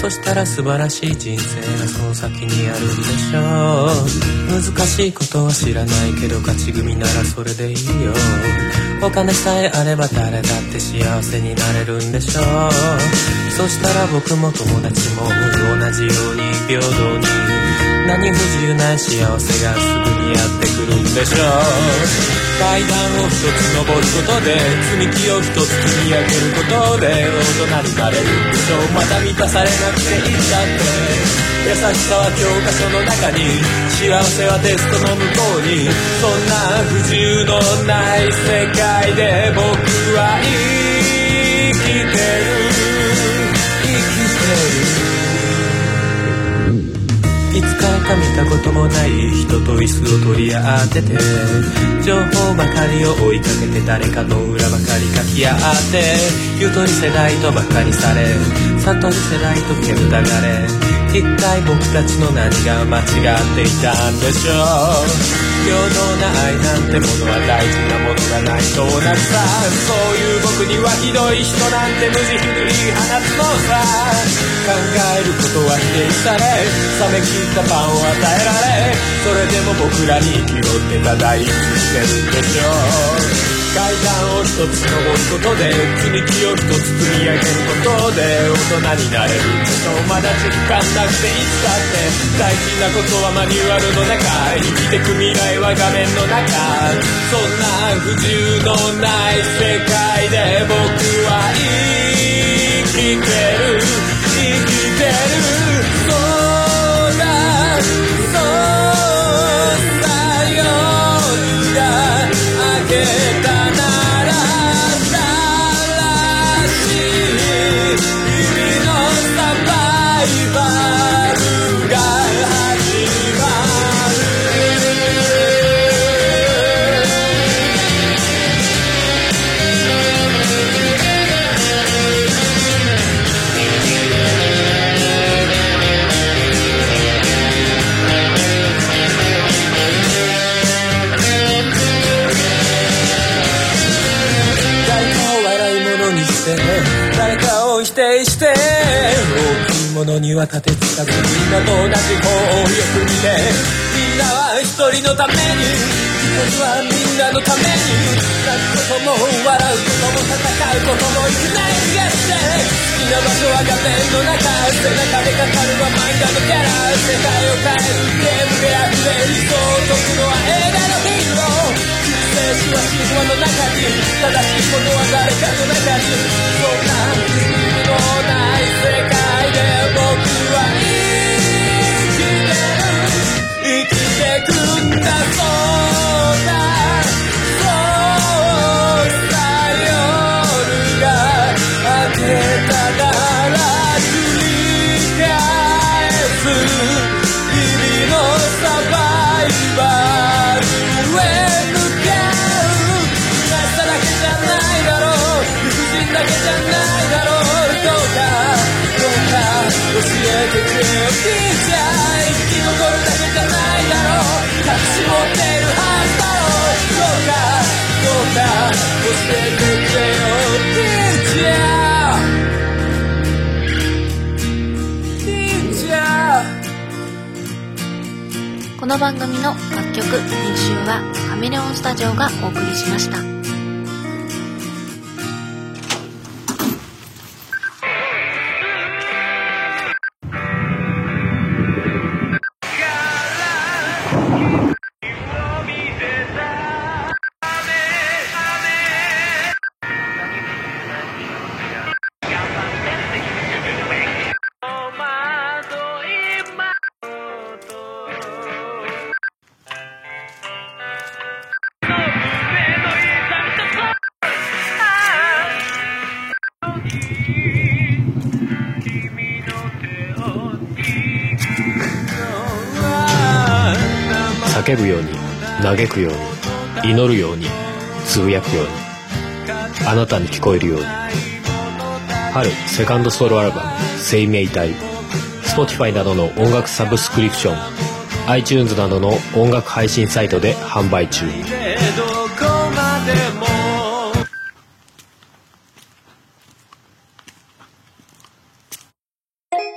[SPEAKER 4] そしたら素晴らしい人生がその先にあるんでしょう難しいことは知らないけど勝ち組ならそれでいいよお金さえあれば誰だって幸せになれるんでしょうそしたら僕も友達も同じように平等に何不自由ない幸せがすぐにやってくるんでしょう階段を一つ登ることで積み木を一つ積み上げることで大人になれるんでしょうまた満たされなくていいんだって優しさは教科書の中に幸せはテストの向こうにそんな不自由のない世界で僕は生きてる生きてるいつからか見たこともない人と椅子を取り合ってて情報ばかりを追いかけて誰かの裏ばかり書き合ってゆとり世代とバカにされ悟り世代と煙たがれ一体僕たちの何が間違っていたんでしょう平等な愛なんてものは大事なものがないと同じさそういう僕にはひどい人なんて無慈悲に放つのさ考えることは否定され冷め切ったパンを与えられそれでも僕らに拾ってた大事してるんでしょう階段を一つ登ることで積み木を一つ積み上げることで大人になれるけどまだ実感なくていつだって大事なことはマニュアルの中生きてく未来は画面の中そんな不自由のない世界で僕は生きてる生きてるそうだそうだよ「あげたならだらしない」「君のサバイバルが始まる」誰かを笑い物にして誰かを否定して大きいものには立てつかずみんなと同じ方をよく見てみんなは一人のために一つはみんなのために泣くことも笑うことも戦うこともいきなり気がして好きな場所は画面の中背中で語るは漫画のキャラ世界を変えるゲームであふれ理想を解くのは映画のヒーロー精子は神話の中に正しいことは誰かの中にそんな不自由のない世界で僕は生きてる生きてるそうだそうだよ夜が明けたなら繰り返す「君のサバイバルへ向かって」「朝だけじゃないだろう」「理不尽だけじゃないだろう」「どうかどうか教えてくれよピーチャー」「生き残るだけじゃないだろう」「隠し持っているはずだろう」「どうかどうか教えてくれよピーチャー」「ピーチャー」
[SPEAKER 5] この番組の楽曲編集はカメレオンスタジオがお送りしました
[SPEAKER 2] 叫ぶように嘆くように祈るようにつぶやくようにあなたに聞こえるように春セカンドソロアルバム「生命体」Spotify などの音楽サブスクリプション iTunes などの音楽配信サイトで販売中
[SPEAKER 4] どこまでも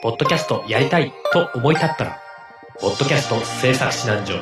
[SPEAKER 2] ポッドキャストやりたいと思い立ったら「ポッドキャスト制作指南所」